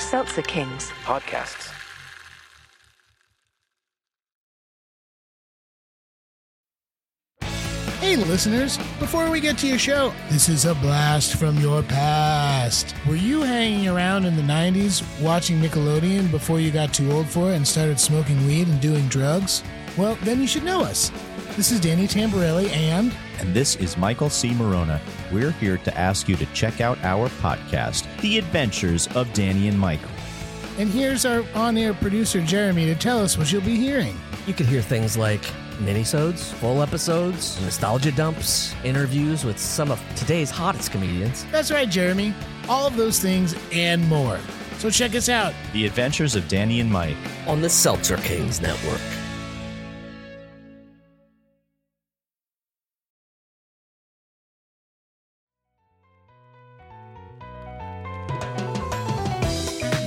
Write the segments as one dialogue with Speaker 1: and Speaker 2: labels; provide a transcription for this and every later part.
Speaker 1: Seltzer Kings.
Speaker 2: podcasts.
Speaker 3: Hey, listeners, before we get to your show, this is a blast from your past. Were you hanging around in the 90s watching Nickelodeon before you got too old for it and started smoking weed and doing drugs? Well, then you should know us. This is Danny Tamborelli and.
Speaker 4: and this is Michael C. Morona. We're here to ask you to check out our podcast, The Adventures of Danny and Michael.
Speaker 3: And here's our on air producer, Jeremy, to tell us what you'll be hearing.
Speaker 5: You could hear things like minisodes, full episodes, nostalgia dumps, interviews with some of today's hottest comedians.
Speaker 3: That's right, Jeremy. All of those things and more. So check us out.
Speaker 4: The Adventures of Danny and Mike.
Speaker 5: on the Seltzer Kings Network.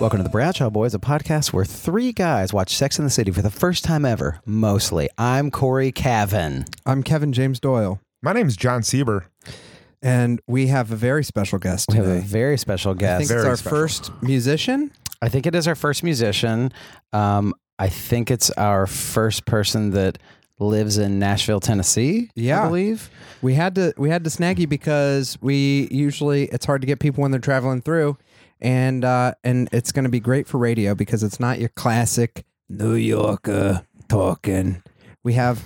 Speaker 6: Welcome to the Bradshaw Boys, a podcast where three guys watch Sex in the City for the first time ever, mostly. I'm Corey Cavan.
Speaker 7: I'm Kevin James Doyle,
Speaker 8: My name's John Sieber.
Speaker 7: and we have a very special guest
Speaker 6: We have a
Speaker 7: today.
Speaker 6: very special
Speaker 7: I think
Speaker 6: guest.
Speaker 7: it's
Speaker 8: Very
Speaker 7: our
Speaker 8: special.
Speaker 7: first musician.
Speaker 6: I think it is our first musician. Um, I think it's our first person that lives in Nashville, Tennessee. I
Speaker 7: Yeah.
Speaker 6: believe.
Speaker 7: We had to we had to snaggy because we usually it's hard to get people when they're traveling through, and uh, and it's going to be great for radio because it's not your classic New Yorker talking. We have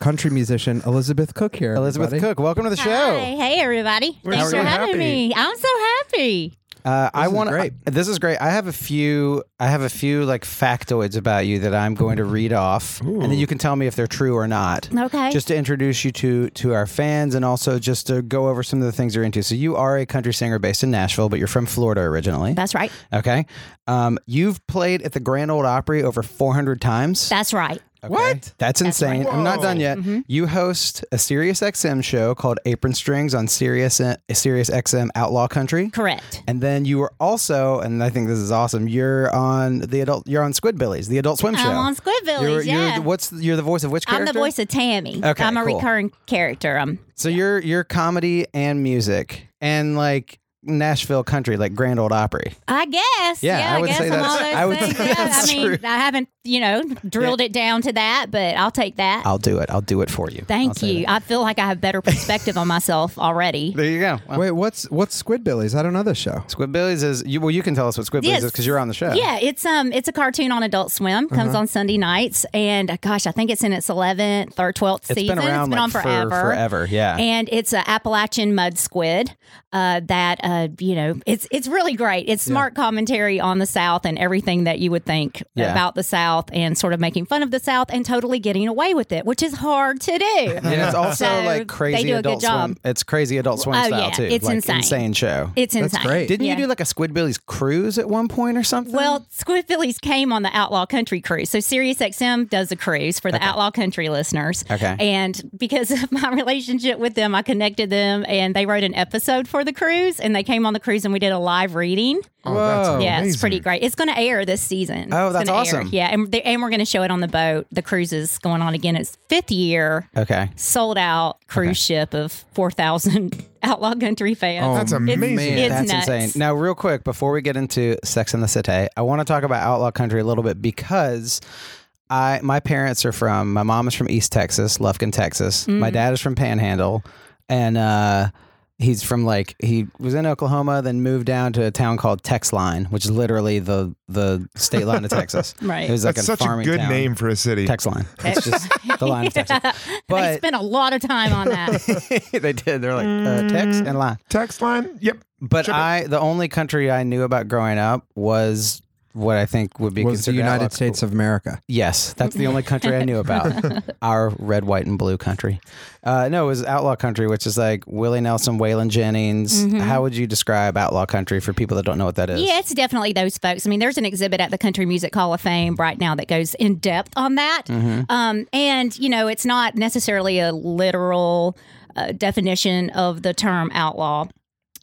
Speaker 7: country musician Elizabeth Cook here.
Speaker 6: Elizabeth
Speaker 7: everybody.
Speaker 6: Cook, welcome to the show.
Speaker 9: Hey, everybody.
Speaker 8: We're Thanks so for having happy. me.
Speaker 9: I'm so happy.
Speaker 6: Uh, I
Speaker 7: is
Speaker 6: want
Speaker 7: great.
Speaker 6: This is great. I have a few. I have a few like factoids about you that I'm going to read off, and then you can tell me if they're true or not.
Speaker 9: Okay.
Speaker 6: just to introduce you to to our fans and also just to go over some of the things you're into. So you are a country singer based in Nashville, but you're from Florida originally.
Speaker 9: That's right.
Speaker 6: Okay. Um, you've played at the Grand Old Opry over 400 times.
Speaker 9: That's right.
Speaker 6: What? That's insane. I'm not done yet.
Speaker 9: Mm-hmm.
Speaker 6: You host a Sirius XM show called Apron Strings on Sirius uh, Sirius XM Outlaw Country.
Speaker 9: Correct.
Speaker 6: And then you were also, and I think this is awesome. You're on the adult. You're on Squidbillies, the Adult Swim show.
Speaker 9: I'm on Squidbillies.
Speaker 6: You're,
Speaker 9: yeah.
Speaker 6: you're, what's you're the voice of which character?
Speaker 9: I'm the voice of Tammy.
Speaker 6: Okay,
Speaker 9: I'm a
Speaker 6: cool.
Speaker 9: recurring character. Um,
Speaker 6: So you're you're comedy and music and like Nashville country, like Grand Old Opry.
Speaker 9: I guess.
Speaker 6: Yeah,
Speaker 9: Yeah,
Speaker 6: I would
Speaker 9: guess
Speaker 6: say
Speaker 9: I'm
Speaker 6: that's-
Speaker 9: all those
Speaker 6: I would
Speaker 9: things.
Speaker 6: say
Speaker 9: yeah,
Speaker 6: that's
Speaker 9: I mean,
Speaker 6: true.
Speaker 9: I haven't, you know, drilled it down to that, but I'll take that.
Speaker 6: I'll do it. I'll do it for you. I'll
Speaker 9: Thank
Speaker 6: say
Speaker 9: you.
Speaker 6: that.
Speaker 9: I feel like I have better perspective on myself already.
Speaker 6: There you go. Wow.
Speaker 7: Wait, what's what's Squidbillies? I don't know this show.
Speaker 6: Squidbillies is you. Well, you can tell us what Squidbillies
Speaker 9: Yes.
Speaker 6: is because you're on the show. Uh-huh.
Speaker 9: Yeah, it's um, it's a cartoon on Adult Swim. Comes on Sunday nights, and uh, gosh, I think it's in its eleventh or twelfth
Speaker 6: It's
Speaker 9: season.
Speaker 6: been around
Speaker 9: it's been
Speaker 6: like,
Speaker 9: on
Speaker 6: for-
Speaker 9: forever.
Speaker 6: forever, yeah.
Speaker 9: and it's an Appalachian mud squid. Uh, that uh, you know, it's it's really great. It's smart commentary on the South and everything that you would think
Speaker 6: Yeah.
Speaker 9: about the South, and sort of making fun of the South and totally getting away with it, which is hard to do.
Speaker 6: And it's also
Speaker 9: So
Speaker 6: like
Speaker 9: They
Speaker 6: crazy
Speaker 9: do a
Speaker 6: adult
Speaker 9: good job.
Speaker 6: swim. It's crazy adult swim
Speaker 9: Oh,
Speaker 6: style
Speaker 9: yeah.
Speaker 6: too.
Speaker 9: It's
Speaker 6: like,
Speaker 9: insane.
Speaker 6: show.
Speaker 9: It's
Speaker 7: That's
Speaker 9: insane.
Speaker 7: great.
Speaker 6: Didn't
Speaker 9: Yeah.
Speaker 6: you do like a Squidbillies cruise at one point or something?
Speaker 9: Well, Squidbillies came on the Outlaw Country cruise. So SiriusXM does a cruise for the Outlaw Country listeners.
Speaker 6: Okay.
Speaker 9: And because of my relationship with them, I connected them and they wrote an episode for the cruise and they came on the cruise and we did a live reading.
Speaker 8: Oh, that's
Speaker 7: Whoa.
Speaker 9: yeah,
Speaker 8: amazing.
Speaker 9: it's pretty great. It's going to air this season.
Speaker 6: Oh,
Speaker 9: It's
Speaker 6: that's
Speaker 9: gonna
Speaker 6: awesome.
Speaker 9: Air. Yeah, and, they, and we're going to show it on the boat. The cruise is going on again. It's fifth year.
Speaker 6: okay.
Speaker 9: Sold out cruise ship of 4,000 Outlaw Country fans.
Speaker 7: Oh,
Speaker 8: That's
Speaker 9: It's-
Speaker 8: amazing.
Speaker 7: man.
Speaker 9: It's
Speaker 6: That's
Speaker 9: nuts.
Speaker 6: insane. Now, real quick, before we get into Sex and the City, I want to talk about Outlaw Country a little bit because I my parents are from my mom is from East Texas, Lufkin, Texas. My
Speaker 9: Mm-hmm.
Speaker 6: dad is from Panhandle, and uh, he's from like he was in Oklahoma, then moved down to a town called Texline, which is literally the the state line of Texas.
Speaker 9: Right.
Speaker 6: It was like
Speaker 8: That's
Speaker 6: a
Speaker 8: such a
Speaker 6: farming
Speaker 8: good
Speaker 6: town.
Speaker 8: name for a city.
Speaker 6: Texline. It's just the line of Texas.
Speaker 9: they
Speaker 6: But-
Speaker 9: spent a lot of time on that.
Speaker 6: they did. They're like uh, Tex and line.
Speaker 8: Text line. Yep.
Speaker 6: But I, the only country I knew about growing up was what I think would be
Speaker 7: was the
Speaker 6: considered
Speaker 7: United
Speaker 6: outlaw-
Speaker 7: States of America.
Speaker 6: Yes, that's the only country I knew about. Our red, white, and blue country. Uh, no, it was outlaw country, which is like Willie Nelson, Waylon Jennings. How would you describe outlaw country for people that don't know what that is?
Speaker 9: Mm-hmm. Yeah, it's definitely those folks. I mean, there's an exhibit at the Country Music Hall of Fame right now that goes in depth on that. Um, and, you know, it's not necessarily a literal uh, definition of the term outlaw.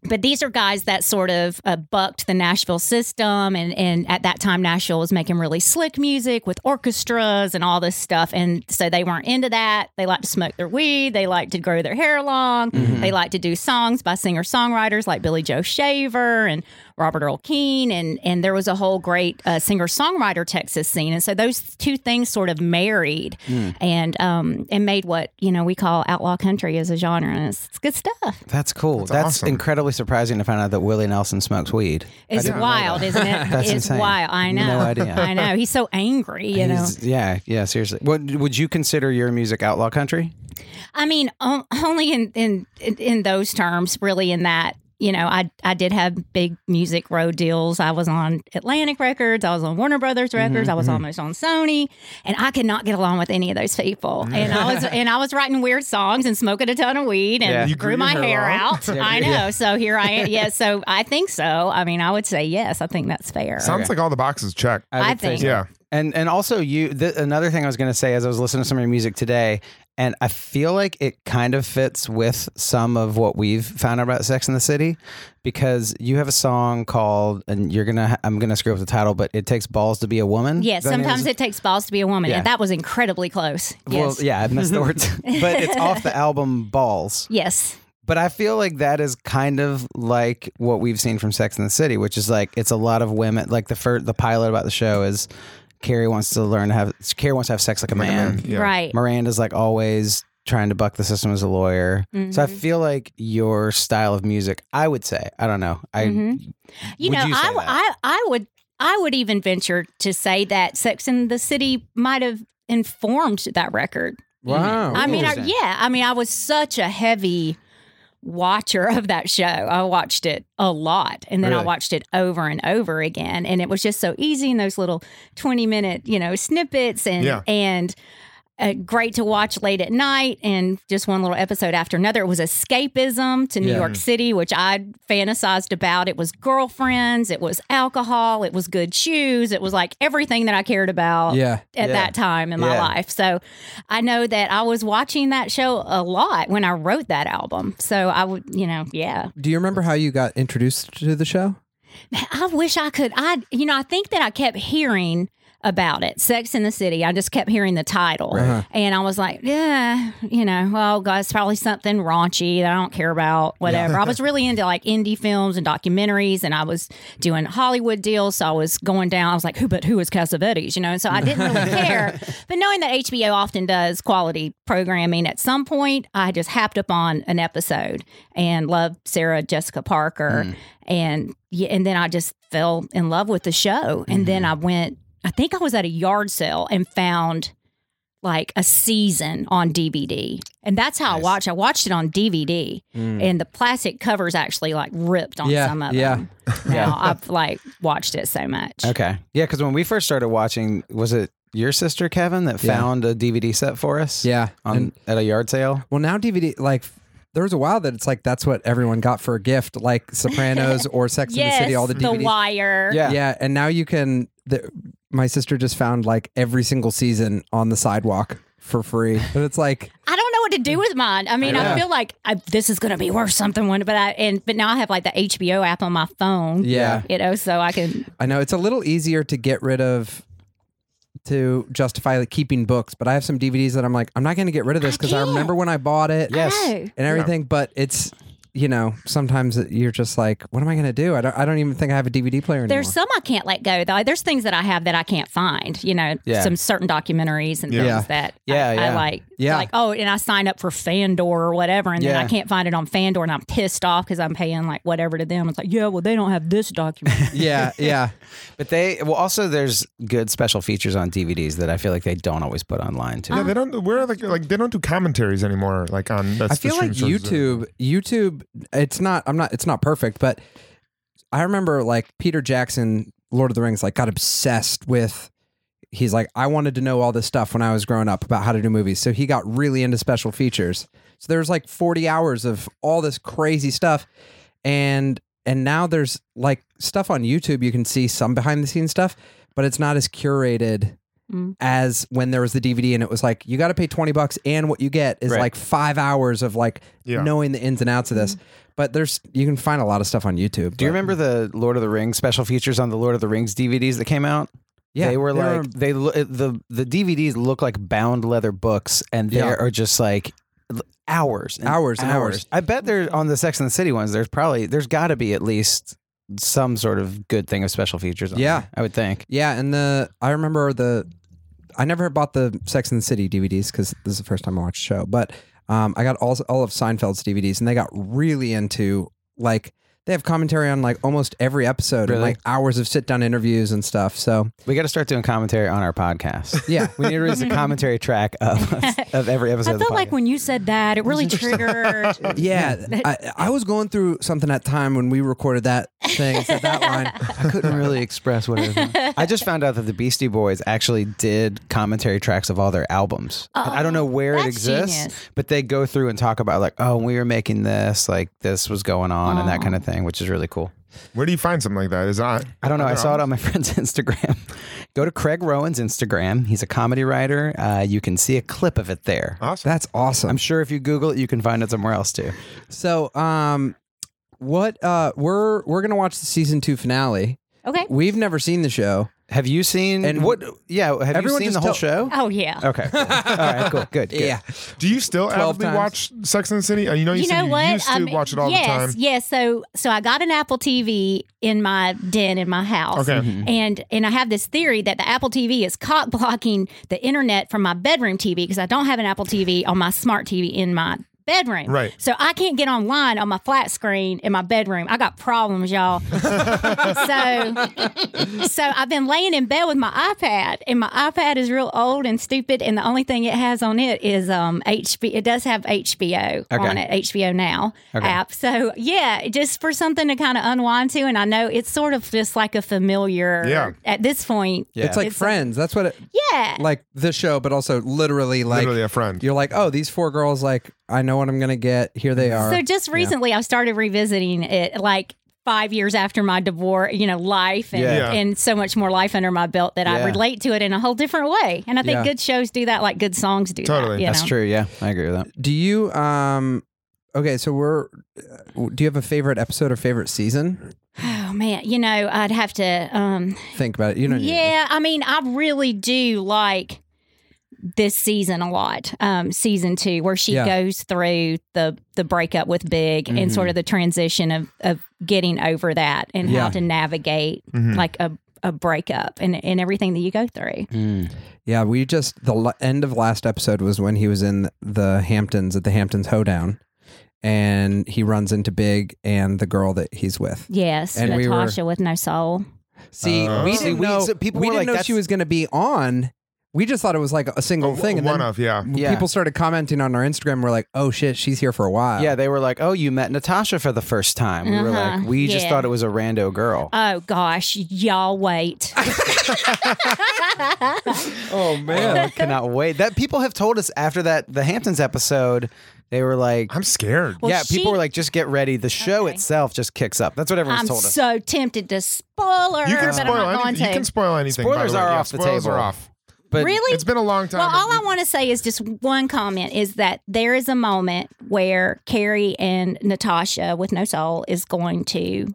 Speaker 9: But these are guys that sort of uh, bucked the Nashville system. And, and at that time, Nashville was making really slick music with orchestras and all this stuff. And so they weren't into that. They liked to smoke their weed. They liked to grow their hair long. They liked to do songs by singer songwriters like Billy Joe Shaver and Robert Earl Keane, and and there was a whole great uh, singer songwriter Texas scene, and so those two things sort of married, and um and made what you know we call outlaw country as a genre, and it's, it's good stuff.
Speaker 6: That's cool. That's,
Speaker 8: awesome.
Speaker 6: incredibly surprising to find out that Willie Nelson smokes weed.
Speaker 9: It's
Speaker 8: didn't know
Speaker 9: wild, isn't it?
Speaker 6: That's
Speaker 9: it's
Speaker 6: insane.
Speaker 9: wild. I
Speaker 6: No
Speaker 9: know.
Speaker 6: idea.
Speaker 9: I know. He's so angry. You know.
Speaker 6: He's- Yeah, yeah, seriously. What would you consider your music outlaw country?
Speaker 9: I mean, on, only in, in in in those terms, really. In that, you know, I I did have big music road deals. I was on Atlantic Records. I was on Warner Brothers
Speaker 8: Mm-hmm,
Speaker 9: Records. I was almost on Sony, and I could not get along with any of those people. And I was and I was writing weird songs and smoking a ton of weed and
Speaker 6: Yeah.
Speaker 8: You grew
Speaker 9: grew
Speaker 8: your
Speaker 9: my
Speaker 8: hair
Speaker 9: hair
Speaker 8: long.
Speaker 9: out. I know. So here I am. Yeah. So I think so. I mean, I would say yes. I think that's fair.
Speaker 8: Sounds like all the boxes checked.
Speaker 9: I
Speaker 6: would say
Speaker 9: think.
Speaker 6: so.
Speaker 8: yeah.
Speaker 6: And and also you th- another thing I was going to say as I was listening to some of your music today and I feel like it kind of fits with some of what we've found out about Sex in the City because you have a song called and you're going to I'm going to screw up the title but it takes balls to be a woman.
Speaker 9: yeah.
Speaker 6: Is Mm-hmm. that the name of
Speaker 9: Sometimes
Speaker 6: the-
Speaker 9: it takes balls to be a woman,
Speaker 6: Yeah.
Speaker 9: and that was incredibly close.
Speaker 6: Well,
Speaker 9: Yes.
Speaker 6: yeah, I missed the words. but it's off the album Balls.
Speaker 9: Yes.
Speaker 6: But I feel like that is kind of like what we've seen from Sex in the City, which is like it's a lot of women. Like the first, the pilot about the show is Carrie wants to learn to have Carrie wants to have sex like a man.
Speaker 8: Yeah.
Speaker 9: Right.
Speaker 6: Miranda's like always trying to buck the system as a lawyer. So I
Speaker 9: Mm-hmm.
Speaker 6: feel like your style of music, I would say, I don't know, I
Speaker 9: Mhm. you
Speaker 6: would
Speaker 9: know,
Speaker 6: you say
Speaker 9: I,
Speaker 6: that?
Speaker 9: I I would I would even venture to say that Sex and the City might have informed that record.
Speaker 7: Wow.
Speaker 9: I mean, I,
Speaker 6: Oh, Interesting.
Speaker 9: yeah, I mean, I was such a heavy watcher of that show. I watched it a lot, and then I
Speaker 6: Really?
Speaker 9: watched it over and over again, and it was just so easy in those little twenty minute, you know, snippets and
Speaker 8: Yeah.
Speaker 9: and. Uh, great to watch late at night and just one little episode after another. It was escapism to New
Speaker 7: Yeah.
Speaker 9: York City, which I fantasized about. It was girlfriends, it was alcohol, it was good shoes, it was like everything that I cared about
Speaker 7: Yeah.
Speaker 9: at
Speaker 6: Yeah.
Speaker 9: that time in my
Speaker 6: Yeah.
Speaker 9: life. So I know that I was watching that show a lot when I wrote that album. So I would, you know, yeah.
Speaker 7: Do you remember how you got introduced to the show?
Speaker 9: I wish I could. I, you know, I think that I kept hearing about it, Sex in the City. I just kept hearing the title.
Speaker 7: Uh-huh.
Speaker 9: And I was like, yeah, you know, well, God, it's probably something raunchy that I don't care about, whatever. I was really into like indie films and documentaries, and I was doing Hollywood deals. So I was going down. I was like, who but who is Cassavetes, you know? And so I didn't really care. But knowing that HBO often does quality programming, at some point I just happed up on an episode and loved Sarah Jessica Parker, and yeah, and then I just fell in love with the show. And then I went. I think I was at a yard sale and found like a season on DVD. And that's how I watched. I watched it on DVD, and the plastic covers actually like ripped on
Speaker 7: Mm. Yeah,
Speaker 9: some of
Speaker 7: yeah.
Speaker 9: them. Now I've like watched it so much.
Speaker 6: Okay. Yeah, because when we first started watching, was it your sister Kevin that
Speaker 7: Yeah.
Speaker 6: found a DVD set for us?
Speaker 7: Yeah.
Speaker 6: on
Speaker 7: And-
Speaker 6: at a yard sale.
Speaker 7: Well, now DVD, like, there was a while that it's like that's what everyone got for a gift, like Sopranos or Sex in the
Speaker 9: Yes,
Speaker 7: City, all the
Speaker 9: the,
Speaker 7: DVDs.
Speaker 9: Wire.
Speaker 6: Yeah.
Speaker 7: Yeah, and now you can. The, my sister just found like every single season on the sidewalk for free, but it's like
Speaker 9: I don't know what to do with mine. I mean,
Speaker 7: Yeah.
Speaker 9: I feel like I, this is going to be worth something one, but I and but now I have like the HBO app on my phone.
Speaker 7: Yeah.
Speaker 9: you know, so I can.
Speaker 7: I know it's a little easier to get rid of to justify like keeping books, but I have some DVDs that I'm like I'm not going to get rid of this because I,
Speaker 9: can't.
Speaker 7: remember when I bought it.
Speaker 6: Yes.
Speaker 9: know.
Speaker 7: and everything, but it's. You know, sometimes it- you're just like, "What am I going to do? I don't. I don't even think I have a DVD player anymore."
Speaker 9: There's some I can't let go though. There's things that I have that I can't find. You know,
Speaker 6: Yeah.
Speaker 9: some certain documentaries and
Speaker 8: Yeah.
Speaker 9: things that
Speaker 6: Yeah,
Speaker 9: I,
Speaker 6: yeah.
Speaker 9: I like.
Speaker 7: Yeah.
Speaker 9: like oh, and I sign up for Fandor or whatever, and
Speaker 6: Yeah.
Speaker 9: then I can't find it on Fandor, and I'm pissed off because I'm paying like whatever to them. It's like yeah, well they don't have this document.
Speaker 7: yeah, yeah,
Speaker 6: But they well also there's good special features on DVDs that I feel like they don't always put online too.
Speaker 8: Yeah, they don't. Where like like they don't do commentaries anymore. Like on. That's
Speaker 7: I
Speaker 8: the
Speaker 7: feel like
Speaker 8: streaming services.
Speaker 7: YouTube, YouTube, it's not, I'm not, it's not perfect, but I remember like Peter Jackson Lord of the Rings, like got obsessed with. He's like, I wanted to know all this stuff when I was growing up about how to do movies. So he got really into special features. So there was like 40 hours of all this crazy stuff. And and now there's like stuff on YouTube you can see some behind the scenes stuff, but it's not as curated
Speaker 9: Mm.
Speaker 7: as when there was the DVD and it was like you got to pay 20 bucks and what you get is
Speaker 6: Right.
Speaker 7: like 5 hours of like
Speaker 8: Yeah.
Speaker 7: knowing the ins and outs of this. But there's you can find a lot of stuff on YouTube.
Speaker 6: Do you
Speaker 7: but-
Speaker 6: remember the Lord of the Rings special features on the Lord of the Rings DVDs that came out?
Speaker 7: Yeah,
Speaker 6: they were
Speaker 7: there
Speaker 6: like they lo- it- the the DVDs look like bound leather books, and there
Speaker 7: Yeah.
Speaker 6: are just like l- hours, and
Speaker 7: Hours and hours.
Speaker 6: I bet there's on the Sex and the City ones. There's probably there's got to be at least some sort of good thing of special features. On
Speaker 7: Yeah.
Speaker 6: there, I would think.
Speaker 7: Yeah, and the I remember the I never bought the Sex and the City DVDs because this is the first time I watched the show. But um, I got all all of Seinfeld's DVDs, and they got really into like they have commentary on like almost every episode, and
Speaker 6: Really?
Speaker 7: like hours of sit down interviews and stuff. So
Speaker 6: We got to start doing commentary on our podcast.
Speaker 7: yeah,
Speaker 6: we need to release a commentary track of of every episode.
Speaker 9: I
Speaker 6: of the
Speaker 9: felt like
Speaker 6: podcast.
Speaker 9: when you said that, it really triggered.
Speaker 7: yeah. I, I was going through something at the time when we recorded that thing. Said that line.
Speaker 6: I couldn't really express what it was. I just found out that the Beastie Boys actually did commentary tracks of all their albums. I don't know where it
Speaker 9: Oh, that's
Speaker 6: exists,
Speaker 9: genius.
Speaker 6: but they go through and talk about like, oh, we were making this, like this was going on, and that
Speaker 9: Aw.
Speaker 6: kind of thing, which is really cool.
Speaker 8: Where do you find something like that? Is that
Speaker 6: I don't know. I
Speaker 8: Other
Speaker 6: saw it
Speaker 8: albums?
Speaker 6: on my friend's Instagram. go to Craig Rowan's Instagram. He's a comedy writer. Uh, you can see a clip of it there.
Speaker 8: Awesome.
Speaker 7: That's awesome.
Speaker 6: I'm sure if you Google it, you can find it somewhere else too.
Speaker 7: So um, what uh, we're we're gonna watch the season two finale.
Speaker 9: okay.
Speaker 7: We've never seen the show.
Speaker 6: Have you seen
Speaker 7: And-
Speaker 6: what? Yeah, have you
Speaker 7: Everyone
Speaker 6: seen
Speaker 7: just
Speaker 6: the whole show?
Speaker 9: Oh yeah.
Speaker 6: Okay. cool. All right. Cool. Good. good.
Speaker 7: Yeah.
Speaker 8: Do you still
Speaker 7: 12
Speaker 8: actively
Speaker 7: times.
Speaker 8: watch Sex and the City? Uh, You know, you,
Speaker 9: you
Speaker 8: said
Speaker 9: know
Speaker 8: you
Speaker 9: what?
Speaker 8: used to
Speaker 9: Um,
Speaker 8: watch it all
Speaker 9: yes,
Speaker 8: the time.
Speaker 9: Yes, so so I got an Apple TV in my den in my house.
Speaker 8: Okay.
Speaker 9: And and I have this theory that the Apple TV is cock blocking the internet from my bedroom TV because I don't have an Apple TV on my smart TV in my bedroom.
Speaker 8: Right.
Speaker 9: So I can't get online on my flat screen in my bedroom. I got problems, y'all. so so I've been laying in bed with my iPad and my iPad is real old and stupid and the only thing it has on it is um HBO it does have HBO on
Speaker 6: Okay.
Speaker 9: it, HBO Now
Speaker 6: Okay.
Speaker 9: app. So yeah, just for something to kind of unwind to and I know it's sort of just like a familiar
Speaker 8: Yeah.
Speaker 9: at this point.
Speaker 6: Yeah.
Speaker 7: It's like
Speaker 9: It's like-
Speaker 7: Friends. That's what it
Speaker 9: Yeah.
Speaker 7: like the show, but also literally like
Speaker 8: Literally a friend.
Speaker 7: you're like, oh, these four girls. Like I know what I'm gonna get. Here they are.
Speaker 9: So just recently, I started revisiting it, like five years after my divorce, you know, life and,
Speaker 6: Yeah.
Speaker 9: and so much more life under my belt that
Speaker 6: Yeah.
Speaker 9: I relate to it in a whole different way. And I think
Speaker 7: Yeah.
Speaker 9: good shows do that, like good songs do.
Speaker 8: Totally.
Speaker 9: that, you
Speaker 6: That's
Speaker 9: know?
Speaker 6: true. Yeah, I agree with that.
Speaker 7: do you um? Okay, so we're. uh, Do you have a favorite episode or favorite season?
Speaker 9: Oh man, you know, I'd have to. um
Speaker 7: Think about it. You know. you-
Speaker 9: Yeah, I mean, I really do like this season a lot um season two where she
Speaker 7: Yeah.
Speaker 9: goes through the the breakup with big and
Speaker 6: Mhm.
Speaker 9: sort of the transition of of getting over that and
Speaker 7: Yeah.
Speaker 9: how to navigate
Speaker 8: Mhm.
Speaker 9: like a a breakup and and everything that you go through
Speaker 8: Mm.
Speaker 7: Yeah, we just the l- end of last episode was when he was in the Hamptons at the Hamptons hoedown, and he runs into Big and the girl that he's with.
Speaker 9: yes
Speaker 7: And we were-
Speaker 9: natasha with no soul
Speaker 7: See,
Speaker 8: Uh,
Speaker 7: we
Speaker 8: See,
Speaker 7: didn't
Speaker 6: we-
Speaker 7: know.
Speaker 6: so people
Speaker 7: we
Speaker 6: were
Speaker 7: didn't
Speaker 6: like,
Speaker 7: know
Speaker 6: that's-
Speaker 7: she was going to be on. We just thought it was like a single
Speaker 8: Oh,
Speaker 7: thing, and
Speaker 8: one
Speaker 7: then
Speaker 8: of, yeah.
Speaker 6: Yeah.
Speaker 7: people started commenting on our Instagram. We're like, oh shit, she's here for a while.
Speaker 6: Yeah, they were like, "Oh, you met Natasha for the first time." We were
Speaker 9: Uh-huh.
Speaker 6: like, "We just
Speaker 9: Yeah.
Speaker 6: thought it was a rando girl."
Speaker 9: oh gosh y'all wait
Speaker 7: Oh
Speaker 6: Oh, I cannot wait. That people have told us after that the Hamptons episode, they were like,
Speaker 8: I'm scared.
Speaker 9: Well,
Speaker 6: "Yeah,
Speaker 9: she-
Speaker 6: people were like, just get ready. The show
Speaker 9: Okay.
Speaker 6: itself just kicks up." That's what everyone's
Speaker 9: i'm
Speaker 6: told us.
Speaker 9: so tempted to spoil her
Speaker 8: You can
Speaker 9: but
Speaker 8: spoil
Speaker 9: i'm not going
Speaker 8: anything. You
Speaker 9: to
Speaker 8: can spoil anything. by the
Speaker 6: Spoilers
Speaker 8: way.
Speaker 6: are
Speaker 8: Yeah,
Speaker 6: off the
Speaker 8: spoilers
Speaker 6: table.
Speaker 8: Are off.
Speaker 6: but
Speaker 9: really
Speaker 8: It's been a long time.
Speaker 9: Well, all
Speaker 8: We-
Speaker 9: I want to say is just one comment is that there is a moment where Carrie and Natasha with no soul is going to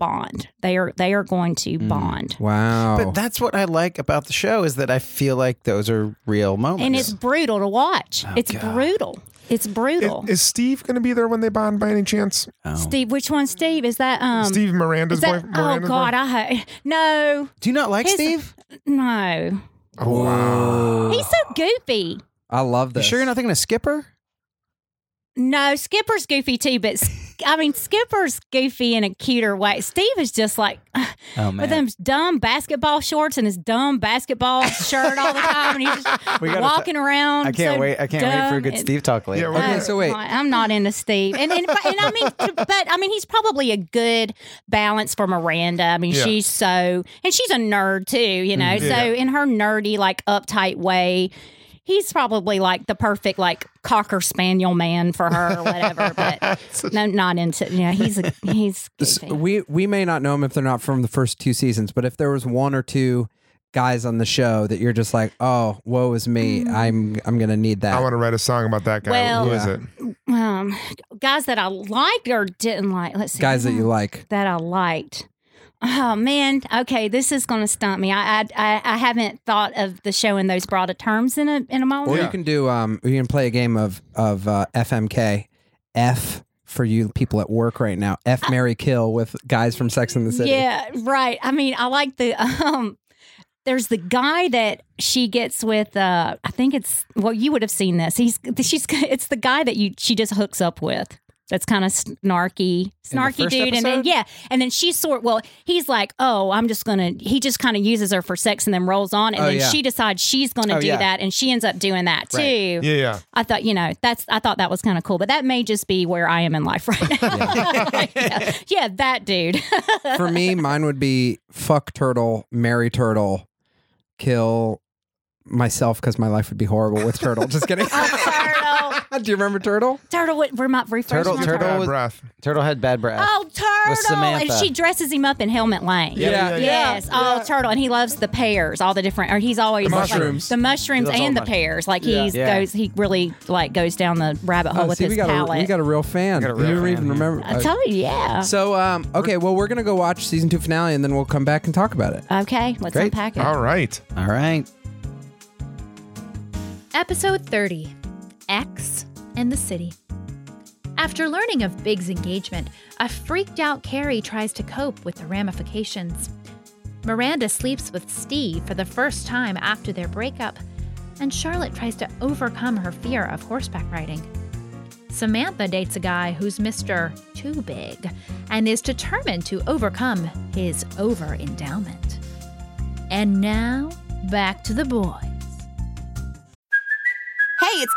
Speaker 9: bond. They are they are going to bond.
Speaker 7: Wow.
Speaker 8: Oh.
Speaker 6: but that's what I like about the show is that I feel like those are real moments.
Speaker 9: And it's brutal to watch. it's
Speaker 6: God.
Speaker 9: brutal. It's brutal.
Speaker 8: Is, is Steve going to be there when they bond by any chance?
Speaker 9: Steve, which one Steve? Is that um
Speaker 8: Steve Miranda's
Speaker 9: is that,
Speaker 8: boy.
Speaker 9: oh
Speaker 8: Miranda's
Speaker 9: God,
Speaker 8: boy?
Speaker 9: I hope no,
Speaker 6: Do you not like
Speaker 9: His-
Speaker 6: Steve?
Speaker 9: no.
Speaker 8: Oh, wow.
Speaker 9: He's so goofy.
Speaker 7: I love
Speaker 6: You
Speaker 7: this.
Speaker 6: sure you're not thinking of Skipper?
Speaker 9: No, Skipper's goofy too, but I mean, Skipper's goofy in a cuter way. Steve is just like
Speaker 6: Oh man,
Speaker 9: with them dumb basketball shorts and his dumb basketball shirt all the time, and he's just
Speaker 6: We gotta-
Speaker 9: walking around.
Speaker 6: I can't
Speaker 9: so
Speaker 6: wait. I can't wait for a
Speaker 9: dumb.
Speaker 6: good
Speaker 9: It-
Speaker 6: Steve talk later.
Speaker 8: we're-
Speaker 7: Okay, so wait.
Speaker 9: God, I'm not into Steve, and and, but- and I mean, t- but I mean, he's probably a good balance for Miranda. I mean,
Speaker 8: Yeah.
Speaker 9: she's so, and she's a nerd too, you know.
Speaker 8: Yeah.
Speaker 9: So in her nerdy, like uptight way, he's probably like the perfect like cocker spaniel man for her or whatever. But no, not into. Yeah, he's a, he's goofy.
Speaker 7: we we may not know them if they're not from the first two seasons, but if there was one or two guys on the show that you're just like, oh, woe is me, I'm I'm gonna need that.
Speaker 8: Mm. I want to write a song about that guy.
Speaker 9: Well-
Speaker 8: Who is it?
Speaker 9: um, guys that I liked or didn't like. Let's see
Speaker 7: guys that
Speaker 8: Mm-hmm.
Speaker 7: you like.
Speaker 9: that I liked. Oh man, okay, this is going to stump me. I, I I I haven't thought of the show in those broader terms in a in a
Speaker 7: Or
Speaker 9: moment.
Speaker 7: you can do um you can play a game of of uh, FMK F for you people at work right now. F Mary Kill with guys from Sex in the City.
Speaker 9: Yeah, right. I mean, I like the um. There's the guy that she gets with. Uh, I think it's well, you would have seen this. He's she's it's the guy that you she just hooks up with. That's kind of snarky, snarky
Speaker 6: first
Speaker 9: dude, and then
Speaker 6: episode?
Speaker 9: yeah, and then she sort well, he's like, oh, I'm just gonna. He just kind of uses her for sex and then rolls on, and
Speaker 7: Oh,
Speaker 9: then
Speaker 7: yeah.
Speaker 9: she decides she's gonna
Speaker 6: Oh,
Speaker 9: do
Speaker 6: yeah.
Speaker 9: that, and she ends up doing that too.
Speaker 8: Yeah, yeah.
Speaker 9: I thought, you know, that's I thought that was kind of cool, but that may just be where I am in life right now. yeah. yeah, that dude.
Speaker 7: For me, mine would be fuck turtle, marry turtle, kill myself because my life would be horrible with turtle. Just kidding.
Speaker 9: turtle.
Speaker 7: Do you remember turtle?
Speaker 9: Turtle would remind refresh
Speaker 6: Turtle-
Speaker 9: my
Speaker 6: turtle
Speaker 9: memory.
Speaker 8: Bad
Speaker 6: was-
Speaker 8: breath.
Speaker 6: Turtle had bad breath.
Speaker 9: Oh, turtle! And
Speaker 6: Samantha.
Speaker 9: she dresses him up in Helmet Lane.
Speaker 6: Yeah,
Speaker 7: yeah, yeah.
Speaker 9: Yes. Oh, turtle! And he loves the pears, all the different. Or he's always
Speaker 8: The
Speaker 9: like,
Speaker 8: mushrooms.
Speaker 9: the mushrooms
Speaker 6: He loves all
Speaker 9: and the
Speaker 6: mushrooms.
Speaker 9: pears. Like he's
Speaker 6: Yeah.
Speaker 9: goes, he really like goes down the rabbit hole
Speaker 7: Oh,
Speaker 9: with
Speaker 7: see,
Speaker 9: his
Speaker 7: we got
Speaker 9: palate.
Speaker 7: A, we got a real fan.
Speaker 6: Got a real
Speaker 7: you don't
Speaker 6: fan
Speaker 7: even
Speaker 6: here.
Speaker 7: remember.
Speaker 9: I told you, yeah.
Speaker 7: so, um, okay, well, we're gonna go watch season two finale, and then we'll come back and talk about it.
Speaker 9: okay, let's
Speaker 6: Great.
Speaker 9: unpack it.
Speaker 8: All right.
Speaker 6: All right.
Speaker 10: Episode 30 X and the City. After learning of Big's engagement, a freaked out Carrie tries to cope with the ramifications. Miranda sleeps with Steve for the first time after their breakup, and Charlotte tries to overcome her fear of horseback riding. Samantha dates a guy who's Mr. Too Big and is determined to overcome his over endowment. And now, back to the boys.
Speaker 2: Hey, it's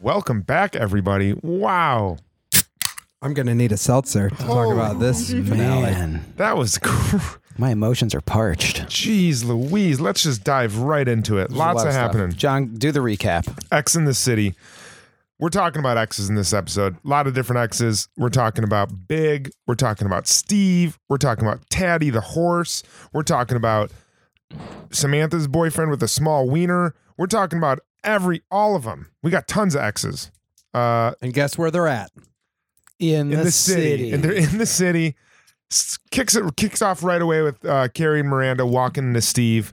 Speaker 8: Welcome back, everybody. Wow.
Speaker 7: I'm gonna need a seltzer to talk about this finale.
Speaker 6: Man,
Speaker 8: That was. Cr-
Speaker 6: my emotions are parched.
Speaker 8: Jeez Louise. Let's just dive right into it.
Speaker 6: There's a
Speaker 8: Lots
Speaker 6: lot
Speaker 8: of
Speaker 6: stuff.
Speaker 8: happening.
Speaker 6: John, do the recap.
Speaker 8: X in the City. We're talking about X's in this episode. A lot of different X's. We're talking about Big. We're talking about Steve. We're talking about Taddy the horse. We're talking about Samantha's boyfriend with a small wiener. We're talking about every all of them. We got tons of X's. Uh,
Speaker 7: And guess where they're at?
Speaker 6: In,
Speaker 8: in the, city. And they're in the city. S- Kicks it kicks off right away with uh, Carrie and Miranda walking into Steve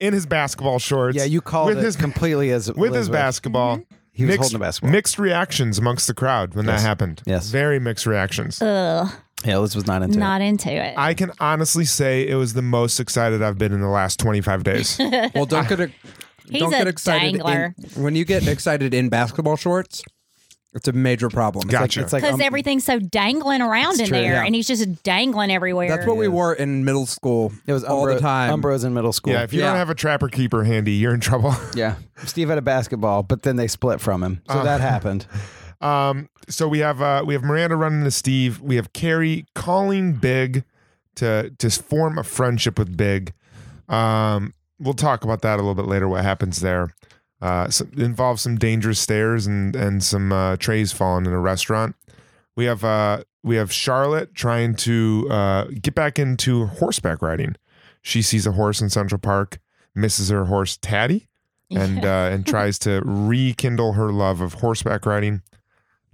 Speaker 8: in his basketball shorts.
Speaker 6: Yeah, you called
Speaker 8: with
Speaker 6: it
Speaker 8: his
Speaker 6: completely as
Speaker 8: with his
Speaker 6: Elizabeth.
Speaker 8: basketball.
Speaker 6: Mm-hmm. He was
Speaker 8: mixed,
Speaker 6: holding the basketball.
Speaker 8: Mixed reactions amongst the crowd when
Speaker 6: Yes.
Speaker 8: that happened.
Speaker 6: Yes.
Speaker 8: Very mixed reactions.
Speaker 9: Ugh,
Speaker 6: yeah, Liz was not into
Speaker 9: not into it.
Speaker 8: I can honestly say it was the most excited I've been in the last 25 days.
Speaker 7: Well, don't get a,
Speaker 9: He's
Speaker 7: don't
Speaker 9: a
Speaker 7: get excited. in-
Speaker 9: dangler.
Speaker 7: when you get excited in basketball shorts, it's a major problem. It's like-
Speaker 8: Gotcha.
Speaker 6: It's like
Speaker 9: because
Speaker 6: um,
Speaker 9: everything's so dangling around in
Speaker 6: true,
Speaker 9: there,
Speaker 6: yeah.
Speaker 9: and he's just dangling everywhere.
Speaker 7: that's what we wore in middle school.
Speaker 6: it was
Speaker 7: all
Speaker 6: Umbro-
Speaker 7: the time.
Speaker 6: Umbros in middle school.
Speaker 8: yeah, if you
Speaker 7: Yeah.
Speaker 8: don't have a trapper keeper handy, you're in trouble.
Speaker 6: Yeah. Steve had a basketball, but then they split from him. So that happened.
Speaker 8: Uh, Um, so we have uh, we have Miranda running to Steve. We have Carrie calling Big to to form a friendship with Big. Um, we'll talk about that a little bit later. What happens there? Uh, so it involves some dangerous stairs and and some uh, trays falling in a restaurant. We have uh, we have Charlotte trying to uh, get back into horseback riding. She sees a horse in Central Park, misses her horse Taddy, and uh, and tries to rekindle her love of horseback riding.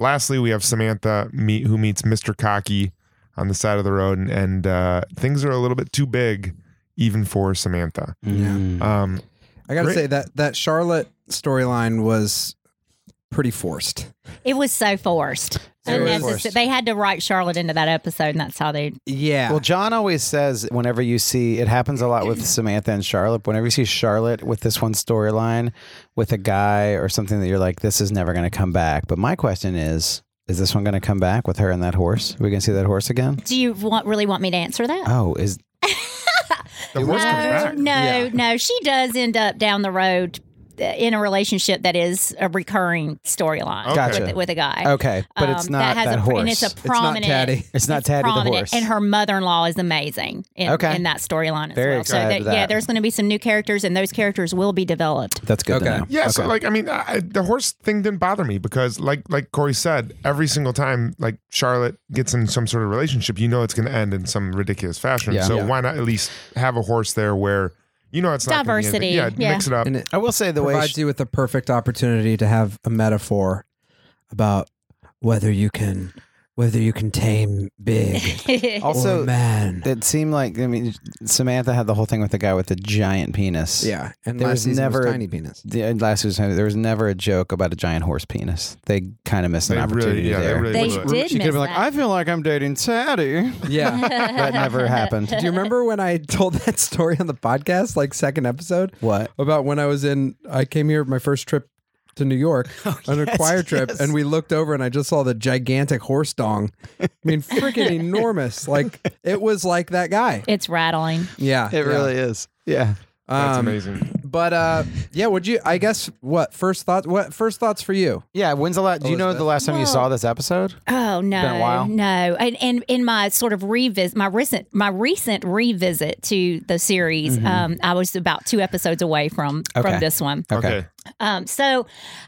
Speaker 8: Lastly, we have Samantha meet, who meets Mr. Cocky, on the side of the road, and, and uh, things are a little bit too big even for Samantha. Um,
Speaker 7: I gotta
Speaker 8: Great.
Speaker 7: say that that Charlotte storyline was pretty forced.
Speaker 9: It was so forced.
Speaker 7: It was
Speaker 9: Unnecessary-
Speaker 7: forced.
Speaker 9: They had to write Charlotte into that episode, and that's how they.
Speaker 7: Yeah.
Speaker 6: Well, John always says whenever you see it happens a lot with Samantha and Charlotte. Whenever you see Charlotte with this one storyline with a guy or something that you're like, this is never going to come back. But my question is, is this one going to come back with her and that horse? Are we going to see that horse again?
Speaker 9: Do you want really want me to answer that?
Speaker 6: Oh, is
Speaker 8: the horse comes
Speaker 9: no,
Speaker 8: back.
Speaker 9: no, no. She does end up down the road uh, in a relationship that is a recurring storyline with-
Speaker 6: Gotcha.
Speaker 9: with, a guy.
Speaker 6: okay, but it's
Speaker 9: Um,
Speaker 6: not that,
Speaker 9: a, pr-
Speaker 6: horse.
Speaker 9: And it's a prominent.
Speaker 7: Taddy.
Speaker 6: It's not Taddy the
Speaker 9: prominent,
Speaker 6: horse.
Speaker 9: And her mother-in-law is amazing in,
Speaker 6: Okay.
Speaker 9: in that storyline as
Speaker 6: Very
Speaker 9: well.
Speaker 6: excited
Speaker 9: so
Speaker 6: for
Speaker 9: that, yeah,
Speaker 6: that.
Speaker 9: there's going to be some new characters, and those characters will be developed.
Speaker 6: That's good.
Speaker 7: Okay.
Speaker 6: To know.
Speaker 8: Yeah, so like I mean, I, I- the horse thing didn't bother me because, like, like Corey said, every single time like Charlotte gets in some sort of relationship, you know it's going to end in some ridiculous fashion.
Speaker 6: Yeah.
Speaker 8: So
Speaker 6: Yeah.
Speaker 8: why not at least have a horse there where you know it's not gonna be anything-
Speaker 9: Diversity,
Speaker 8: Yeah,
Speaker 9: yeah.
Speaker 8: mix it up.
Speaker 7: And it
Speaker 6: I will say the way
Speaker 7: provides
Speaker 6: she,
Speaker 7: you with the perfect opportunity to have a metaphor about whether you can whether you can tame big
Speaker 6: also
Speaker 7: or man.
Speaker 6: it seemed like I mean Samantha had the whole thing with the guy with the giant penis.
Speaker 7: yeah. And
Speaker 6: There
Speaker 7: last
Speaker 6: was
Speaker 7: season was
Speaker 6: never-
Speaker 7: tiny penis.
Speaker 6: The and last season there was never a joke about a giant horse penis. They kind of missed
Speaker 8: They
Speaker 6: an opportunity
Speaker 8: really, yeah,
Speaker 6: there.
Speaker 8: they really.
Speaker 9: They
Speaker 8: blew it.
Speaker 9: did
Speaker 6: she could
Speaker 9: miss
Speaker 6: have been like,
Speaker 9: that.
Speaker 6: I feel like I'm dating Taddy.
Speaker 7: Yeah.
Speaker 6: That never happened.
Speaker 7: Do you remember when I told that story on the podcast, like second episode?
Speaker 6: What?
Speaker 7: About when I was in, I came here my first trip to New York on a
Speaker 6: Oh, yes,
Speaker 7: choir trip,
Speaker 6: yes.
Speaker 7: and we looked over and I just saw the gigantic horse dong. I mean, freaking enormous! Like it was like that guy.
Speaker 9: It's rattling.
Speaker 7: Yeah,
Speaker 6: It really is. Yeah.
Speaker 8: That's
Speaker 7: Um,
Speaker 8: amazing.
Speaker 7: But uh, yeah, would you? I guess what first thoughts? What first thoughts for you?
Speaker 6: Yeah. When's the last? Do you know the last time you saw this episode?
Speaker 9: Oh no,
Speaker 6: a while.
Speaker 9: no, and and in my sort of revisit, my recent my recent revisit to the series, um, I was about two episodes away from
Speaker 6: Mm-hmm. Okay.
Speaker 9: from this one.
Speaker 8: Okay.
Speaker 9: Um, so,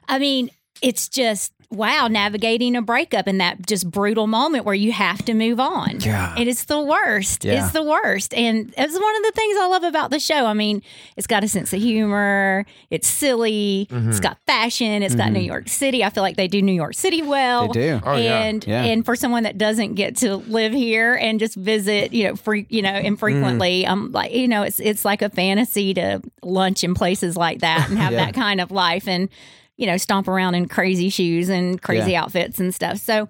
Speaker 9: I mean, it's just wow, navigating a breakup in that just brutal moment where you have to move on.
Speaker 6: Yeah.
Speaker 9: It is the worst.
Speaker 6: Yeah.
Speaker 9: It's the worst. And it's one of the things I love about the show. I mean, it's got a sense of humor. It's silly.
Speaker 6: Mm-hmm.
Speaker 9: It's got fashion. It's got New York City. I feel like they do New York City well.
Speaker 6: They do.
Speaker 8: Oh, yeah.
Speaker 9: and
Speaker 6: Yeah.
Speaker 9: and for someone that doesn't get to live here and just visit, you know, free, you know, infrequently,
Speaker 8: Mm.
Speaker 9: um, like you know, it's it's like a fantasy to lunch in places like that and have
Speaker 6: Yeah.
Speaker 9: that kind of life and you know stomp around in crazy shoes and crazy outfits and stuff. So,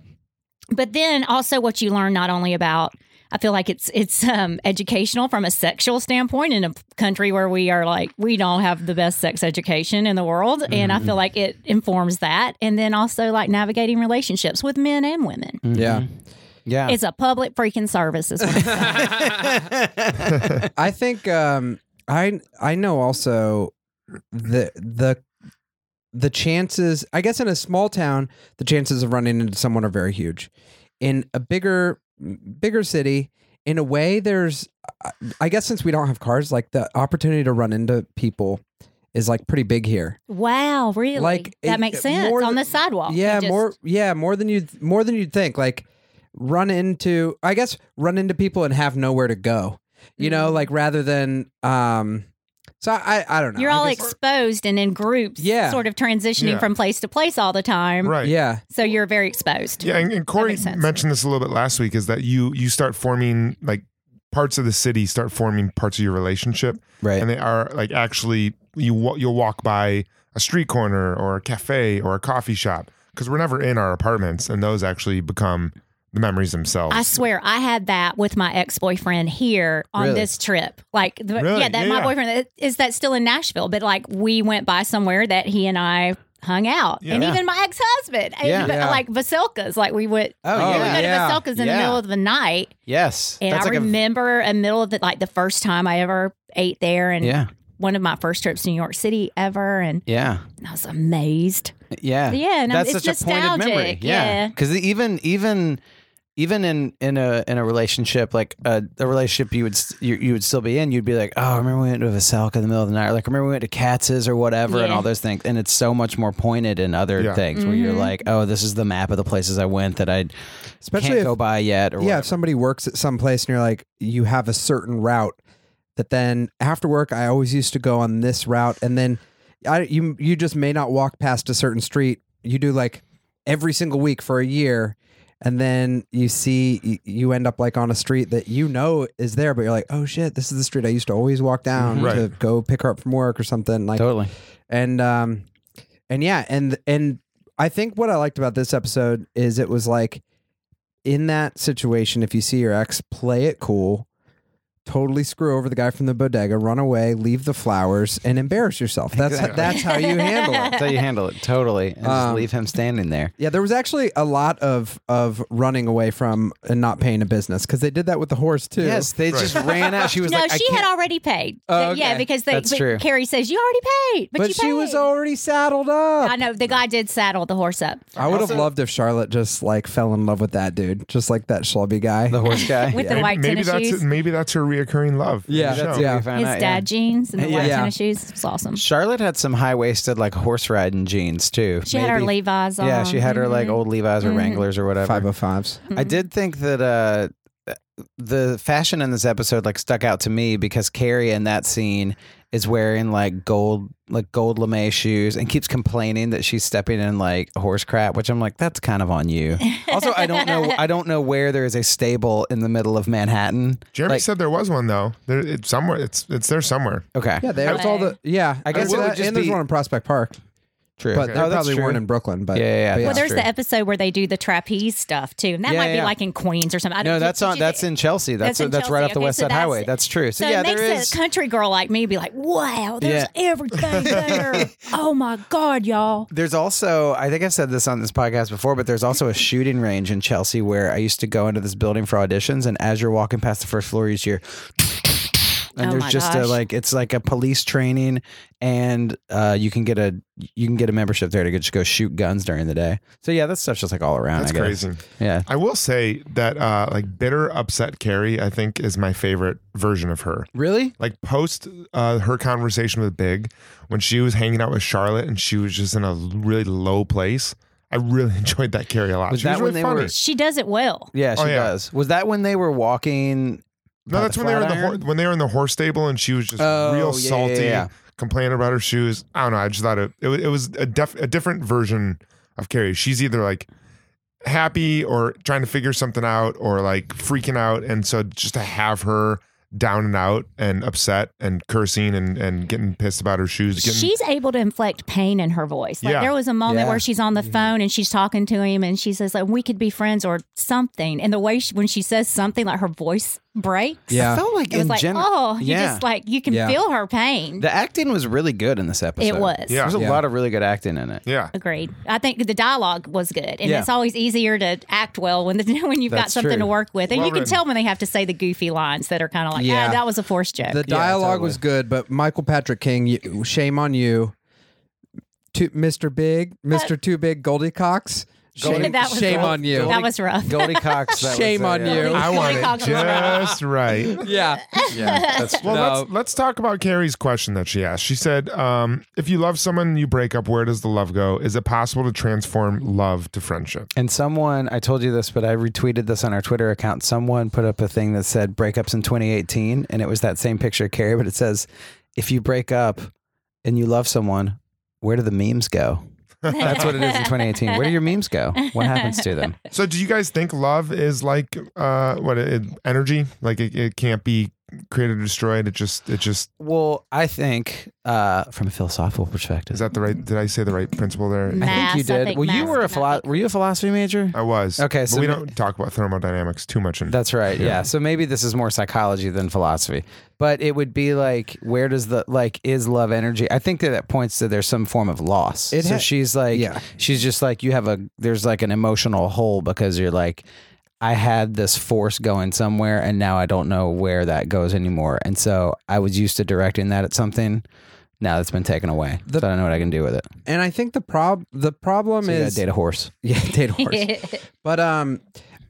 Speaker 9: but then also what you learn not only about. I feel like it's it's um, educational from a sexual standpoint in a country where we are like we don't have the best sex education in the world, and
Speaker 7: Mm-hmm.
Speaker 9: I feel like it informs that, and then also like navigating relationships with men and women.
Speaker 7: Yeah,
Speaker 6: Yeah.
Speaker 9: It's a public freaking service. Is what it's called.
Speaker 7: I think um, I I know also the the the chances. I guess in a small town, the chances of running into someone are very huge. In a bigger bigger city, in a way, there's I- I guess since we don't have cars, like the opportunity to run into people is like pretty big here.
Speaker 9: wow, really?
Speaker 7: Like,
Speaker 9: that
Speaker 7: it-
Speaker 9: makes
Speaker 7: it-
Speaker 9: sense
Speaker 7: more
Speaker 9: on the
Speaker 7: than-
Speaker 9: sidewalk.
Speaker 7: Yeah,
Speaker 9: You just-
Speaker 7: more yeah, more than you more than you'd think. Like run into I guess run into people and have nowhere to go. You
Speaker 9: Mm-hmm.
Speaker 7: know, like rather than um so I I don't know.
Speaker 9: You're
Speaker 7: I
Speaker 9: all
Speaker 7: guess-
Speaker 9: exposed and in groups,
Speaker 7: Yeah.
Speaker 9: sort of transitioning
Speaker 8: Yeah.
Speaker 9: from place to place all the time.
Speaker 8: Right.
Speaker 7: Yeah.
Speaker 9: So you're very exposed.
Speaker 8: Yeah, and, and Corey
Speaker 9: makes sense.
Speaker 8: mentioned this a little bit last week is that you you start forming like parts of the city start forming parts of your relationship,
Speaker 6: Right.
Speaker 8: and they are like actually you wa- you'll walk by a street corner or a cafe or a coffee shop because we're never in our apartments, and those actually become the memories themselves.
Speaker 9: I swear, I had that with my ex boyfriend here on
Speaker 6: Really?
Speaker 9: this trip. Like, the,
Speaker 8: Really?
Speaker 9: yeah, that my
Speaker 8: Yeah.
Speaker 9: boyfriend is that still in Nashville, but like we went by somewhere that he and I hung out, and
Speaker 6: Yeah.
Speaker 9: even my ex husband,
Speaker 6: Yeah.
Speaker 9: even
Speaker 7: Yeah.
Speaker 9: like Vasilka's, like we would.
Speaker 6: Oh,
Speaker 9: we would
Speaker 6: yeah.
Speaker 9: go to
Speaker 7: Yeah.
Speaker 9: Vasilka's in
Speaker 6: Yeah.
Speaker 9: the middle of the night,
Speaker 6: yes.
Speaker 9: and I
Speaker 6: like
Speaker 9: remember a middle of the like the first time I ever ate there,
Speaker 6: a,
Speaker 9: and
Speaker 6: yeah.
Speaker 9: one of my first trips to New York City ever, and
Speaker 6: Yeah.
Speaker 9: I was amazed.
Speaker 6: Yeah.
Speaker 9: Yeah, and I'm-
Speaker 6: That's
Speaker 9: it's
Speaker 6: such a pointed memory.
Speaker 9: nostalgic,
Speaker 6: Yeah.
Speaker 9: yeah.
Speaker 6: Because even even even in in a in a relationship like a, a relationship you would s- you, you would still be in, you'd be like, oh, remember we went to Veselka in the middle of the night, or like remember we went to Katz's or whatever, and
Speaker 9: Yeah.
Speaker 6: all those things. And it's so much more pointed in other
Speaker 8: Yeah.
Speaker 6: things where
Speaker 9: Mm-hmm.
Speaker 6: you're like, oh, this is the map of the places I went that I
Speaker 7: Especially
Speaker 6: can't
Speaker 7: if-
Speaker 6: go by yet. Or
Speaker 7: Yeah, if somebody works at some place and you're like you have a certain route that then after work I always used to go on this route and then I you you just may not walk past a certain street. You do like every single week for a year and then you see y- you end up like on a street that you know is there, but you're like, oh shit, this is the street I used to always walk down
Speaker 8: Right.
Speaker 7: to go pick her up from work or something. Like
Speaker 6: Totally.
Speaker 7: and um and yeah and and i think what i liked about this episode is it was like in that situation if you see your ex play it cool totally screw over the guy from the bodega run away leave the flowers and embarrass yourself that's
Speaker 6: Exactly.
Speaker 7: that's how you handle it
Speaker 6: That's how you handle it. Totally. And
Speaker 7: Um,
Speaker 6: just leave him standing there.
Speaker 7: yeah, there was actually a lot of of running away from and not paying a business because they did that with the horse too.
Speaker 6: Yes, they
Speaker 8: Right.
Speaker 6: just ran out. She was
Speaker 9: no,
Speaker 6: like,
Speaker 9: she
Speaker 6: I
Speaker 9: had
Speaker 6: can't.
Speaker 9: already paid.
Speaker 6: Oh,
Speaker 9: Yeah,
Speaker 6: okay.
Speaker 9: because they,
Speaker 6: That's
Speaker 9: but
Speaker 6: true.
Speaker 9: Carrie says you already paid, but,
Speaker 7: but
Speaker 9: you
Speaker 7: she was
Speaker 9: paid."
Speaker 7: already saddled up.
Speaker 9: I know the guy did saddle the horse up
Speaker 7: I would have
Speaker 6: Also-
Speaker 7: loved if Charlotte just like fell in love with that dude, just like that schlubby guy.
Speaker 6: the horse guy.
Speaker 9: with the
Speaker 8: Maybe-
Speaker 9: white
Speaker 8: maybe
Speaker 9: tennis
Speaker 8: that's
Speaker 9: shoes,
Speaker 8: maybe that's her reoccurring love. for
Speaker 7: Yeah,
Speaker 8: the
Speaker 7: that's-
Speaker 8: show.
Speaker 7: yeah.
Speaker 6: We found
Speaker 9: his
Speaker 6: out,
Speaker 9: dad
Speaker 6: yeah.
Speaker 9: jeans, and the white
Speaker 7: Yeah.
Speaker 9: tennis shoes. It was awesome.
Speaker 6: Charlotte had some high waisted, like horse riding jeans too.
Speaker 9: She had her
Speaker 6: Maybe-
Speaker 9: Levi's on.
Speaker 6: Yeah, she had her like
Speaker 9: Mhm.
Speaker 6: old Levi's or Wranglers or whatever.
Speaker 7: Five oh fives.
Speaker 6: I did think that uh, the fashion in this episode like stuck out to me because Carrie in that scene is wearing like gold like gold lame shoes and keeps complaining that she's stepping in like horse crap, which I'm like that's kind of on you. also, I don't know I don't know where there is a stable in the middle of Manhattan.
Speaker 8: Jeremy
Speaker 6: Like-
Speaker 8: said there was one though. There, it's somewhere. It's it's there somewhere.
Speaker 6: Okay,
Speaker 7: Yeah, there's all the yeah.
Speaker 6: I guess
Speaker 7: well,
Speaker 6: it would
Speaker 7: that-
Speaker 6: just
Speaker 7: and there's
Speaker 6: be-
Speaker 7: one in Prospect Park,
Speaker 6: true.
Speaker 7: but
Speaker 6: Okay.
Speaker 7: there
Speaker 6: Oh, that's
Speaker 7: probably
Speaker 6: true.
Speaker 7: weren't in Brooklyn. But
Speaker 6: Yeah, yeah, yeah,
Speaker 7: but
Speaker 6: that's
Speaker 9: Well, there's
Speaker 6: true.
Speaker 9: the episode where they do the trapeze stuff too, and that
Speaker 6: Yeah,
Speaker 9: might
Speaker 6: yeah,
Speaker 9: be
Speaker 6: yeah.
Speaker 9: like in Queens or something. I don't-
Speaker 6: No,
Speaker 9: did-
Speaker 6: that's
Speaker 9: did
Speaker 6: on.
Speaker 9: you
Speaker 6: That's
Speaker 9: get-
Speaker 6: in Chelsea. That's
Speaker 9: That's in
Speaker 6: that's, right
Speaker 9: Chelsea.
Speaker 6: off the
Speaker 9: Okay,
Speaker 6: West
Speaker 9: so
Speaker 6: Side
Speaker 9: that's-
Speaker 6: Highway. That's true. So,
Speaker 9: So
Speaker 6: yeah,
Speaker 9: it makes
Speaker 6: there is.
Speaker 9: a country girl like me be like, "Wow, there's everything there! oh my god, y'all!"
Speaker 6: There's also, I think I've said this on this podcast before, but there's also a shooting range in Chelsea where I used to go into this building for auditions, and as you're walking past the first floor, you just hear. And
Speaker 9: Oh
Speaker 6: there's
Speaker 9: my
Speaker 6: just a
Speaker 9: gosh.
Speaker 6: like it's like a police training, and uh, you can get a you can get a membership there to just go shoot guns during the day. So yeah, that stuff's just like all around.
Speaker 8: That's
Speaker 6: I guess.
Speaker 8: crazy.
Speaker 6: Yeah,
Speaker 8: I will say that uh, like bitter upset Carrie, I think is my favorite version of her.
Speaker 6: really?
Speaker 8: Like post uh, her conversation with Big, when she was hanging out with Charlotte and she was just in a really low place. I really enjoyed that Carrie a lot.
Speaker 6: Was
Speaker 8: she was
Speaker 6: that when
Speaker 8: really
Speaker 6: they were-
Speaker 8: funny.
Speaker 9: She does it well.
Speaker 6: Yeah, she
Speaker 8: Oh, yeah.
Speaker 6: does. Was that when they were walking?
Speaker 8: No,
Speaker 6: by
Speaker 8: that's
Speaker 6: the
Speaker 8: when they were in the
Speaker 6: Flatiron?
Speaker 8: hor- when they were in the horse stable and she was just
Speaker 6: Oh,
Speaker 8: real
Speaker 6: yeah, yeah,
Speaker 8: salty,
Speaker 6: yeah.
Speaker 8: complaining about her shoes. I don't know. I just thought it it, wa- it was a, def- a different version of Carrie. She's either like happy or trying to figure something out or like freaking out, and so just to have her down and out and upset and cursing and and getting pissed about her shoes. Getting,
Speaker 9: She's able to inflict pain in her voice. Like
Speaker 8: Yeah.
Speaker 9: there was a moment
Speaker 6: Yeah. Mm-hmm.
Speaker 9: where she's on the phone and she's talking to him, and she says like, "We could be friends" or something. And the way she, when she says something, like her voice breaks.
Speaker 6: I
Speaker 7: yeah,
Speaker 6: felt like
Speaker 9: It was
Speaker 6: in
Speaker 9: like,
Speaker 6: gen-
Speaker 9: oh, you
Speaker 6: yeah.
Speaker 9: just like you can
Speaker 7: Yeah.
Speaker 9: feel her pain.
Speaker 6: the acting was really good in this episode.
Speaker 9: it was.
Speaker 8: Yeah.
Speaker 6: There's a
Speaker 7: Yeah.
Speaker 6: lot of really good acting in it.
Speaker 8: yeah,
Speaker 9: Agreed. I think the dialogue was good, and
Speaker 6: Yeah.
Speaker 9: it's always easier to act well when the, when you've got
Speaker 6: That's
Speaker 9: something
Speaker 6: true.
Speaker 9: to work with, and
Speaker 8: Well
Speaker 9: you can
Speaker 8: written.
Speaker 9: tell when they have to say the goofy lines that are kind of like,
Speaker 7: Yeah.
Speaker 9: ah, that was a forced joke.
Speaker 7: the dialogue was good, but Michael Patrick King, you, shame on you, to, Mr. Big, Mr. Too Big, Goldie Cox.
Speaker 6: Goldie-
Speaker 7: Shame,
Speaker 9: That was
Speaker 7: shame
Speaker 9: rough.
Speaker 7: on you.
Speaker 9: that was rough.
Speaker 6: Goldie Cox. that was
Speaker 7: Shame
Speaker 6: it,
Speaker 7: on
Speaker 6: yeah.
Speaker 7: you.
Speaker 8: I want it
Speaker 9: Goldie Cox was right.
Speaker 8: just right.
Speaker 7: Yeah, yeah, that's
Speaker 8: Well, let's let's talk about Carrie's question that she asked. She said, um, "If you love someone and you break up, where does the love go? Is it possible to transform love to friendship?"
Speaker 6: And someone, I told you this, but I retweeted this on our Twitter account. Someone put up a thing that said breakups in 2018, and it was that same picture of Carrie, but it says, if you break up and you love someone, where do the memes go? That's what it is in 2018. Where do your memes go? What happens to them?
Speaker 8: So, do you guys think love is like uh, what it, energy? Like it, it can't be created or destroyed. It just it just
Speaker 6: Well, I think uh, from a philosophical perspective,
Speaker 8: is that the right? Did I say the right principle there?
Speaker 6: I think you
Speaker 9: Mass, I
Speaker 6: did.
Speaker 9: think
Speaker 6: well, you
Speaker 9: mass
Speaker 6: were a philo-
Speaker 9: economic-
Speaker 6: were you a philosophy major?
Speaker 8: I was
Speaker 6: Okay,
Speaker 8: But
Speaker 6: so
Speaker 8: we
Speaker 6: ma-
Speaker 8: don't talk about thermodynamics too much. In,
Speaker 6: That's right. Yeah.
Speaker 8: Yeah.
Speaker 6: So maybe this is more psychology than philosophy, but it would be like, where does the like is love energy? I think that that points to there's some form of loss.
Speaker 7: It
Speaker 6: so
Speaker 7: ha-
Speaker 6: she's like,
Speaker 7: Yeah.
Speaker 6: she's just like you have a there's like an emotional hole because you're like, I had this force going somewhere and now I don't know where that goes anymore. And so I was used to directing that at something. Now that's been taken away. so I don't know what I can do with it.
Speaker 7: and I think the prob the problem
Speaker 6: So you gotta
Speaker 7: is
Speaker 6: date a horse.
Speaker 7: Yeah, date horse. but um,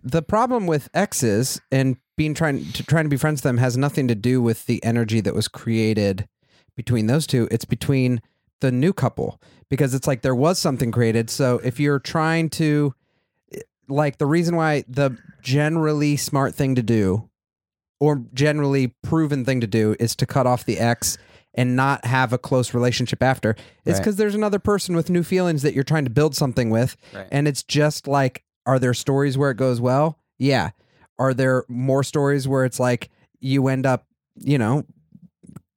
Speaker 7: the problem with exes and being trying to trying to be friends with them has nothing to do with the energy that was created between those two. It's between the new couple because it's like there was something created. So if you're trying to, like, the reason why the generally smart thing to do, or generally proven thing to do, is to cut off the ex. And not have a close relationship after. It's
Speaker 6: Right.
Speaker 7: because there's another person with new feelings that you're trying to build something with,
Speaker 6: Right.
Speaker 7: and it's just like are there stories where it goes well? Yeah. Are there more stories where it's like you end up, you know,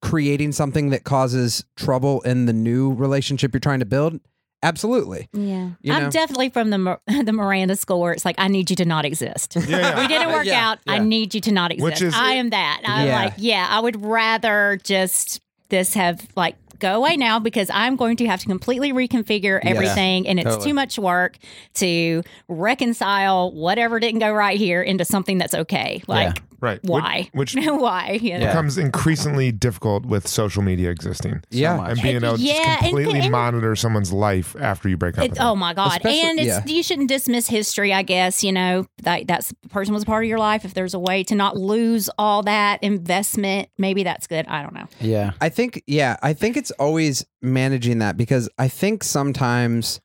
Speaker 7: creating something that causes trouble in the new relationship you're trying to build? Absolutely.
Speaker 9: Yeah,
Speaker 7: You know?
Speaker 9: I'm definitely from the Mir- the Miranda school where it's like I need you to not exist.
Speaker 8: yeah.
Speaker 9: We didn't work
Speaker 7: Yeah,
Speaker 9: out. I
Speaker 7: yeah.
Speaker 9: need you to not exist.
Speaker 8: Which is-
Speaker 9: I am that. I'm
Speaker 7: Yeah.
Speaker 9: like, yeah, I would rather just this have like go away now because I'm going to have to completely reconfigure everything and it's
Speaker 6: Totally.
Speaker 9: too much work to reconcile whatever didn't go right here into something that's okay. Like
Speaker 8: Right. Which-
Speaker 9: why?
Speaker 8: Which,
Speaker 9: why? You know?
Speaker 8: becomes increasingly difficult with social media existing.
Speaker 7: yeah.
Speaker 6: much.
Speaker 8: And being able to
Speaker 9: Yeah,
Speaker 8: just
Speaker 9: and-
Speaker 8: completely
Speaker 9: and-
Speaker 8: monitor someone's life after you break up.
Speaker 9: It's,
Speaker 8: with them.
Speaker 9: oh my god!
Speaker 7: Especially-
Speaker 9: and it's you shouldn't dismiss history. I guess you know that that's person was a part of your life. If there's a way to not lose all that investment, maybe that's good. I don't know.
Speaker 6: Yeah.
Speaker 7: I think yeah, I think it's always managing that because I think sometimes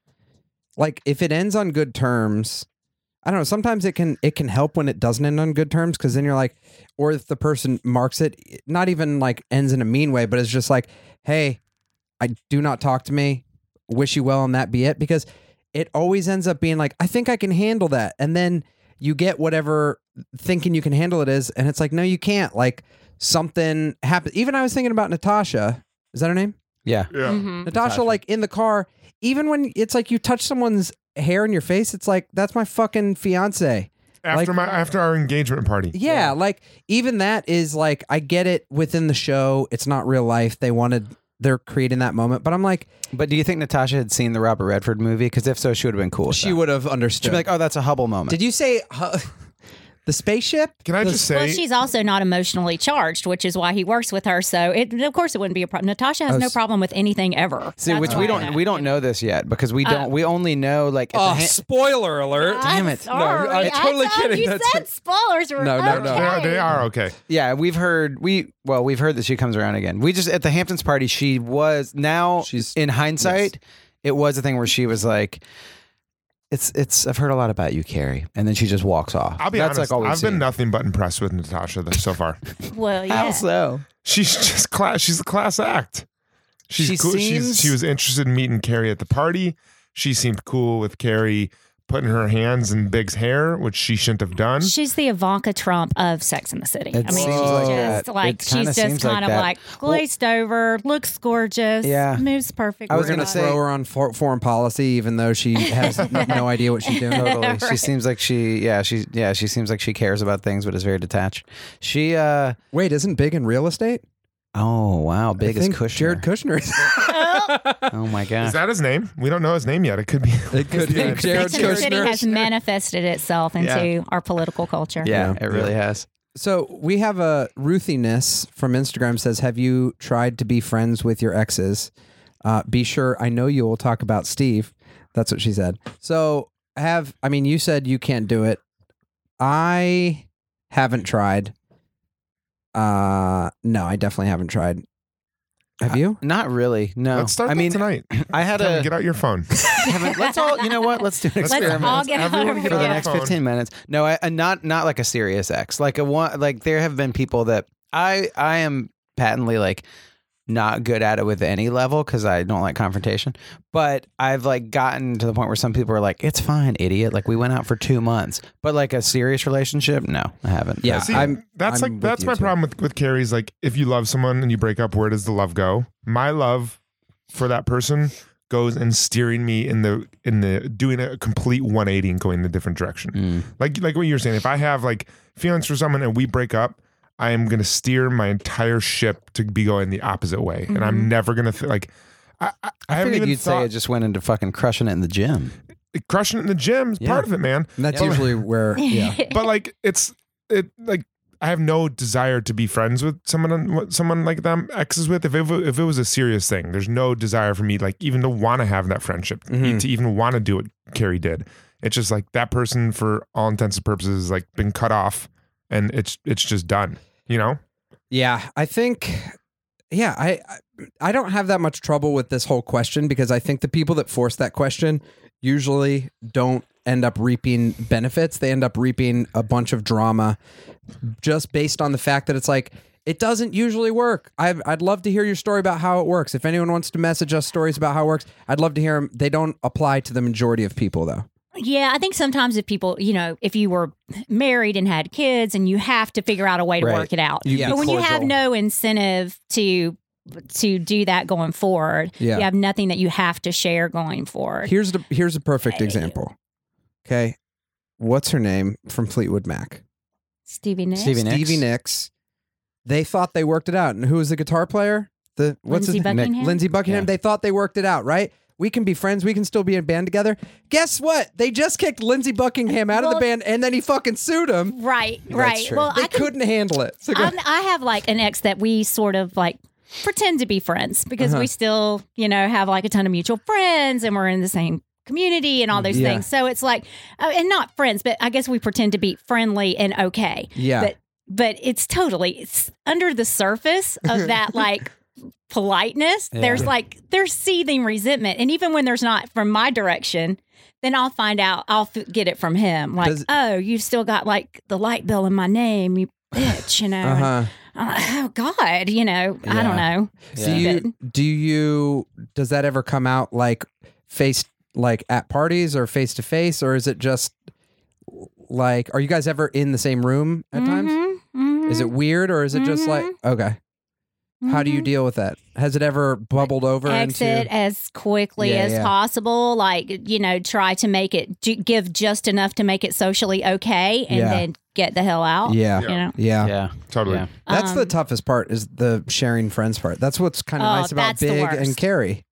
Speaker 7: like if it ends on good terms, I don't know, sometimes it can it can help when it doesn't end on good terms cuz then you're like or if the person marks it not even like ends in a mean way, but it's just like, "Hey, I do not talk to me. Wish you well and that be it." Because it always ends up being like, "I think I can handle that." And then you get whatever thinking you can handle it is and it's like, "No, you can't." Like something happened. Even I was thinking about Natasha. Is that her name?
Speaker 8: Mm-hmm.
Speaker 6: Yeah.
Speaker 8: Yeah.
Speaker 9: Mm-hmm.
Speaker 7: Natasha, like in the car, even when it's like you touch someone's hair in your face, it's like, that's my fucking fiance.
Speaker 8: After
Speaker 7: Like-
Speaker 8: my after our engagement party.
Speaker 7: Yeah, like even that is like, I get it within the show. It's not real life. They wanted, they're creating that moment. But I'm like,
Speaker 6: But do you think Natasha had seen the Robert Redford movie? Because if so, she would have been cool. With
Speaker 7: she
Speaker 6: that.
Speaker 7: would have
Speaker 6: She'd
Speaker 7: understood.
Speaker 6: be like, "Oh, that's a Hubble moment."
Speaker 7: Did you say huh, the spaceship?
Speaker 8: Can I
Speaker 7: The-
Speaker 8: just say
Speaker 9: Well, she's also not emotionally charged, which is why he works with her. So, it, of course, it wouldn't be a problem. Natasha has no problem with anything ever.
Speaker 6: See,
Speaker 9: That's
Speaker 6: which
Speaker 9: why
Speaker 6: we don't
Speaker 9: that-
Speaker 6: we don't know this yet because we
Speaker 9: Uh,
Speaker 6: don't we only know like at the
Speaker 7: Oh,
Speaker 6: hand-
Speaker 7: spoiler alert.
Speaker 9: I'm sorry.
Speaker 7: I'm totally
Speaker 9: I thought
Speaker 7: kidding.
Speaker 9: You
Speaker 7: That's-
Speaker 9: said spoilers were
Speaker 7: No, no,
Speaker 8: They
Speaker 7: no.
Speaker 8: are,
Speaker 9: okay.
Speaker 8: they are okay.
Speaker 6: yeah we've heard we well we've heard that she comes around again. We just at the Hamptons party she was now
Speaker 7: She's-
Speaker 6: she's in hindsight it was a thing where she was like. It's it's I've heard a lot about you, Carrie, and then she just walks off.
Speaker 8: I'll be
Speaker 6: That's
Speaker 8: honest.
Speaker 6: like all we've
Speaker 8: I've been
Speaker 6: seen.
Speaker 8: nothing but impressed with Natasha though, so far.
Speaker 9: Well, yeah.
Speaker 6: so?
Speaker 8: She's just class. She's a class act. She's
Speaker 6: She
Speaker 8: cool.
Speaker 6: seems-
Speaker 8: She's, she was interested in meeting Carrie at the party. She seemed cool with Carrie putting her hands in Big's hair, which she shouldn't have done.
Speaker 9: She's the Ivanka Trump of Sex in the City.
Speaker 6: Mm-hmm.
Speaker 9: I
Speaker 6: It
Speaker 9: mean,
Speaker 6: seems
Speaker 9: she's
Speaker 6: like
Speaker 9: just
Speaker 6: that.
Speaker 9: like
Speaker 6: It kinda
Speaker 9: she's
Speaker 6: seems
Speaker 9: just
Speaker 6: like
Speaker 9: kind of
Speaker 6: that.
Speaker 9: like glazed over, looks gorgeous,
Speaker 6: Yeah.
Speaker 9: moves perfect.
Speaker 6: I was
Speaker 7: We're going to
Speaker 6: gonna say-
Speaker 7: throw her on for- foreign policy, even though she has no idea what she's doing.
Speaker 6: totally. She seems like she, yeah, she, yeah, she seems like she cares about things, but is very detached. She, uh,
Speaker 7: Wait, isn't big in real estate?
Speaker 6: oh wow,
Speaker 7: I
Speaker 6: big as
Speaker 7: think
Speaker 6: Kushner.
Speaker 7: Jared Kushner. is-
Speaker 6: oh my
Speaker 8: Is
Speaker 6: god,
Speaker 8: that his name? We don't know his name yet. It could be.
Speaker 7: It could be Jared
Speaker 9: Sex in the City
Speaker 7: Kushner.
Speaker 9: has manifested itself into
Speaker 6: Yeah.
Speaker 9: our political culture.
Speaker 6: yeah,
Speaker 7: Yeah.
Speaker 6: it really has.
Speaker 7: So we have a Ruthiness from Instagram says, "Have you tried to be friends with your exes? Uh, be sure I know you will talk about Steve." That's what she said. So have I mean you said you can't do it. I haven't tried. Uh no, I definitely haven't tried. Have you?
Speaker 6: Not really. No,
Speaker 8: Let's start
Speaker 6: I
Speaker 8: that
Speaker 6: mean,
Speaker 8: tonight.
Speaker 6: I had
Speaker 8: Kevin,
Speaker 6: a.
Speaker 8: get out your phone.
Speaker 6: Kevin, let's all. You know what? Let's do an
Speaker 8: Let's
Speaker 9: Let's
Speaker 6: experiment
Speaker 9: all get out
Speaker 8: Everyone
Speaker 9: of
Speaker 8: get
Speaker 6: for
Speaker 8: on their
Speaker 6: the
Speaker 9: here.
Speaker 6: next
Speaker 8: phone.
Speaker 6: fifteen minutes. No, I uh, not not like a serious ex. Like a one. Like there have been people that I I am patently like not good at it with any level because I don't like confrontation. But I've like gotten to the point where some people are like, "It's fine, idiot." Like we went out for two months, but like a serious relationship, no, I haven't.
Speaker 7: Yeah.
Speaker 8: See,
Speaker 7: I'm-
Speaker 8: that's
Speaker 7: I'm
Speaker 8: like
Speaker 7: with
Speaker 8: that's
Speaker 7: you
Speaker 8: my
Speaker 7: too.
Speaker 8: problem with with Carrie's. Like, if you love someone and you break up, where does the love go? My love for that person goes and steering me in the in the doing a complete 180 and going the different direction.
Speaker 6: Mm.
Speaker 8: Like like what you were saying, if I have like feelings for someone and we break up, I am gonna steer my entire ship to be going the opposite way, and I'm never gonna th- like. I, I, I,
Speaker 6: I
Speaker 8: haven't
Speaker 6: figured
Speaker 8: even
Speaker 6: you'd say
Speaker 8: thought
Speaker 6: it just went into fucking crushing it in the gym.
Speaker 8: crushing it in the gym is
Speaker 6: Yeah.
Speaker 8: part of it, man.
Speaker 7: And that's
Speaker 8: Yeah.
Speaker 7: usually where yeah.
Speaker 8: but like it's it like I have no desire to be friends with someone someone like that I'm exes with. If it, wa- if it was a serious thing, there's no desire for me like even to want to have that friendship, e,
Speaker 7: Mm-hmm.
Speaker 8: to even want to do what Carrie did. It's just like that person for all intents and purposes is like been cut off, and it's it's just done. You know,
Speaker 7: Yeah, I think yeah, I I- I don't have that much trouble with this whole question because I think the people that force that question usually don't end up reaping benefits. They end up reaping a bunch of drama just based on the fact that it's like it doesn't usually work. I I'd love to hear your story about how it works. If anyone wants to message us stories about how it works, I'd love to hear them. They don't apply to the majority of people though.
Speaker 9: Yeah, I think sometimes if people, you know, if you were married and had kids and you have to figure out a way to
Speaker 6: Right.
Speaker 9: work it out.
Speaker 6: You'd be
Speaker 9: but when you have
Speaker 6: cordial.
Speaker 9: no incentive to to do that going forward,
Speaker 7: Yeah.
Speaker 9: you have nothing that you have to share going forward.
Speaker 7: Here's the here's a perfect example. Okay, what's her name from Fleetwood Mac?
Speaker 9: Stevie Nicks.
Speaker 6: Stevie Nicks.
Speaker 7: Stevie Nicks. They thought they worked it out, and who was the guitar player? The what's
Speaker 9: Lindsey
Speaker 7: his name?
Speaker 9: Buckingham?
Speaker 7: Lindsey Buckingham.
Speaker 6: Yeah.
Speaker 7: They thought they worked it out, right? We can be friends. We can still be in a band together. Guess what? They just kicked Lindsey Buckingham out of the
Speaker 9: Well-
Speaker 7: band, and then he fucking sued him.
Speaker 9: Right, right.
Speaker 6: true.
Speaker 9: Well,
Speaker 7: They
Speaker 9: I can
Speaker 7: couldn't handle it. So go-
Speaker 9: I'm, I have like an ex that we sort of like pretend to be friends because
Speaker 7: Uh-huh.
Speaker 9: we still, you know, have like a ton of mutual friends and we're in the same community and all those
Speaker 7: Mm, Yeah.
Speaker 9: things. So it's like, oh, and not friends, but I guess we pretend to be friendly and okay.
Speaker 7: Yeah.
Speaker 9: But but it's totally it's under the surface of that like politeness.
Speaker 6: Yeah.
Speaker 9: There's like there's seething resentment, and even when there's not from my direction. Then I'll find out. I'll f- get it from him. Like,
Speaker 7: Does-
Speaker 9: oh, you've still got like the light bill in my name, you bitch. You know, And
Speaker 7: uh-huh.
Speaker 9: I'm like, oh God, you know, I don't
Speaker 6: Yeah.
Speaker 9: know.
Speaker 7: Do
Speaker 6: Yeah.
Speaker 7: you do you does that ever come out like face like at parties or face to face or is it just like are you guys ever in the same room at times?
Speaker 9: Mhm,
Speaker 7: Is it
Speaker 9: mhm,
Speaker 7: weird or is it just like
Speaker 9: Mhm.
Speaker 7: okay? How do you
Speaker 9: mhm.
Speaker 7: deal with that? Has it ever bubbled over
Speaker 9: exit
Speaker 7: into
Speaker 9: as quickly
Speaker 7: Yeah,
Speaker 9: as
Speaker 7: yeah.
Speaker 9: possible? Like, you know, try to make it ju- give just enough to make it socially okay, and
Speaker 7: Yeah.
Speaker 9: then get the hell out.
Speaker 7: yeah.
Speaker 9: You know.
Speaker 7: Yeah.
Speaker 6: Yeah.
Speaker 8: Totally.
Speaker 6: Yeah.
Speaker 7: That's the
Speaker 9: Um,
Speaker 7: toughest part is the sharing friends part. That's what's kind of
Speaker 9: Oh,
Speaker 7: nice about
Speaker 9: that's the
Speaker 7: Big and
Speaker 9: worst.
Speaker 7: Carrie.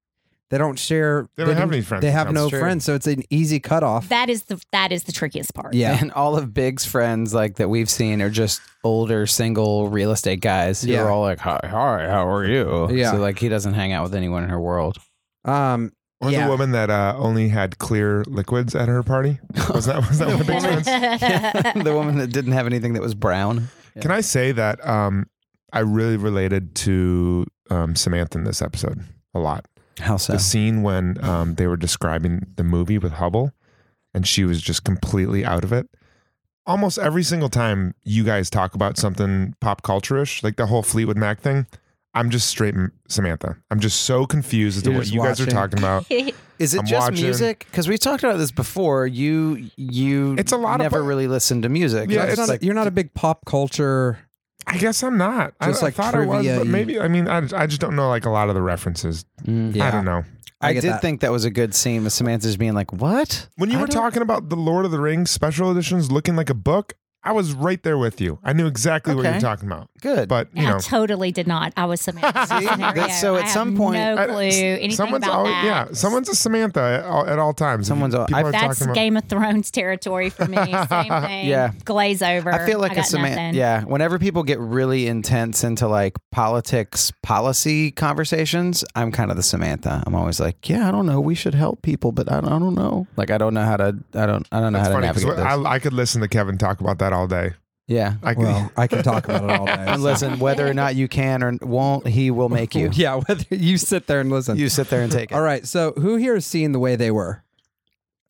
Speaker 7: They don't share
Speaker 8: They don't have
Speaker 7: didn't-
Speaker 8: any friends.
Speaker 7: They have
Speaker 8: That's
Speaker 7: no
Speaker 6: true.
Speaker 7: friends, so it's an easy cutoff.
Speaker 9: That is the that is the trickiest part.
Speaker 7: yeah.
Speaker 6: And all of Big's friends, like that we've seen, are just older single real estate guys who
Speaker 7: Yeah.
Speaker 6: are all like, "Hi, hi, how are you?"
Speaker 7: Yeah.
Speaker 6: So like, he doesn't hang out with anyone in her world.
Speaker 7: Um
Speaker 8: Or
Speaker 7: Yeah.
Speaker 8: the woman that uh, only had clear liquids at her party. Was that was that one of Big's friends?
Speaker 6: the woman that didn't have anything that was brown.
Speaker 8: Can I say that um, I really related to um, Samantha in this episode a lot?
Speaker 6: How so?
Speaker 8: The scene when um, they were describing the movie with Hubble, and she was just completely out of it. Almost every single time you guys talk about something pop culture-ish, like the whole Fleetwood Mac thing, I'm just straight M- Samantha. I'm just so confused as to
Speaker 7: You're
Speaker 8: what
Speaker 7: just
Speaker 8: you guys are talking
Speaker 7: watching.
Speaker 8: about.
Speaker 6: Is it
Speaker 8: I'm
Speaker 6: just
Speaker 8: watching.
Speaker 6: music? Because we talked about this before. You you
Speaker 8: It's a lot of
Speaker 6: never
Speaker 8: bu-
Speaker 6: really listened to music.
Speaker 8: Yeah,
Speaker 7: That's
Speaker 8: it's
Speaker 7: not-
Speaker 8: like-
Speaker 7: you're not a big pop culture.
Speaker 8: I guess I'm not. I-
Speaker 7: Just
Speaker 8: I,
Speaker 7: like
Speaker 8: thought I was,
Speaker 7: trivia-y.
Speaker 8: but maybe I mean I, I just don't know like a lot of the references. I don't know.
Speaker 6: Mm. I,
Speaker 7: I
Speaker 6: did
Speaker 7: get that.
Speaker 6: think that was a good scene with Samantha's being like, "What?"
Speaker 8: When you
Speaker 6: I
Speaker 8: were
Speaker 6: don't-
Speaker 8: talking about the Lord of the Rings special editions looking like a book, I was right there with you. I knew exactly what you
Speaker 6: Okay.
Speaker 8: were talking about.
Speaker 6: Good.
Speaker 8: But you
Speaker 9: I
Speaker 8: know,
Speaker 9: totally did not. I was Samantha.
Speaker 6: See? That's- so at some point-
Speaker 9: no
Speaker 8: I-
Speaker 9: clue
Speaker 8: s-
Speaker 9: anything
Speaker 8: someone's
Speaker 9: about
Speaker 8: always,
Speaker 9: that.
Speaker 8: yeah, someone's a Samantha at all, at all times.
Speaker 6: Someone's al-
Speaker 8: people
Speaker 6: I-
Speaker 8: are
Speaker 9: That's
Speaker 8: talking
Speaker 9: Game of Thrones territory for me. Same thing.
Speaker 6: Yeah.
Speaker 9: glaze over.
Speaker 6: I feel like a
Speaker 9: got nothing.
Speaker 6: Samantha. Yeah, whenever people get really intense into like politics, policy conversations, I'm kind of the Samantha. I'm always like, "Yeah, I don't know. We should help people, but I, I don't know. Like, I don't know how to. I don't. I don't
Speaker 8: About,
Speaker 6: know
Speaker 8: that's
Speaker 6: how
Speaker 8: funny
Speaker 6: to
Speaker 8: 'cause
Speaker 6: navigate this.
Speaker 8: I, I could listen to Kevin talk about that all day.
Speaker 6: yeah.
Speaker 8: I could,
Speaker 7: Well, I can talk about it all day.
Speaker 6: And listen, whether or not you can or won't, he will make you.
Speaker 7: yeah, whether you sit there and listen.
Speaker 6: You sit there and take it.
Speaker 7: all right. So who here has seen the way they were?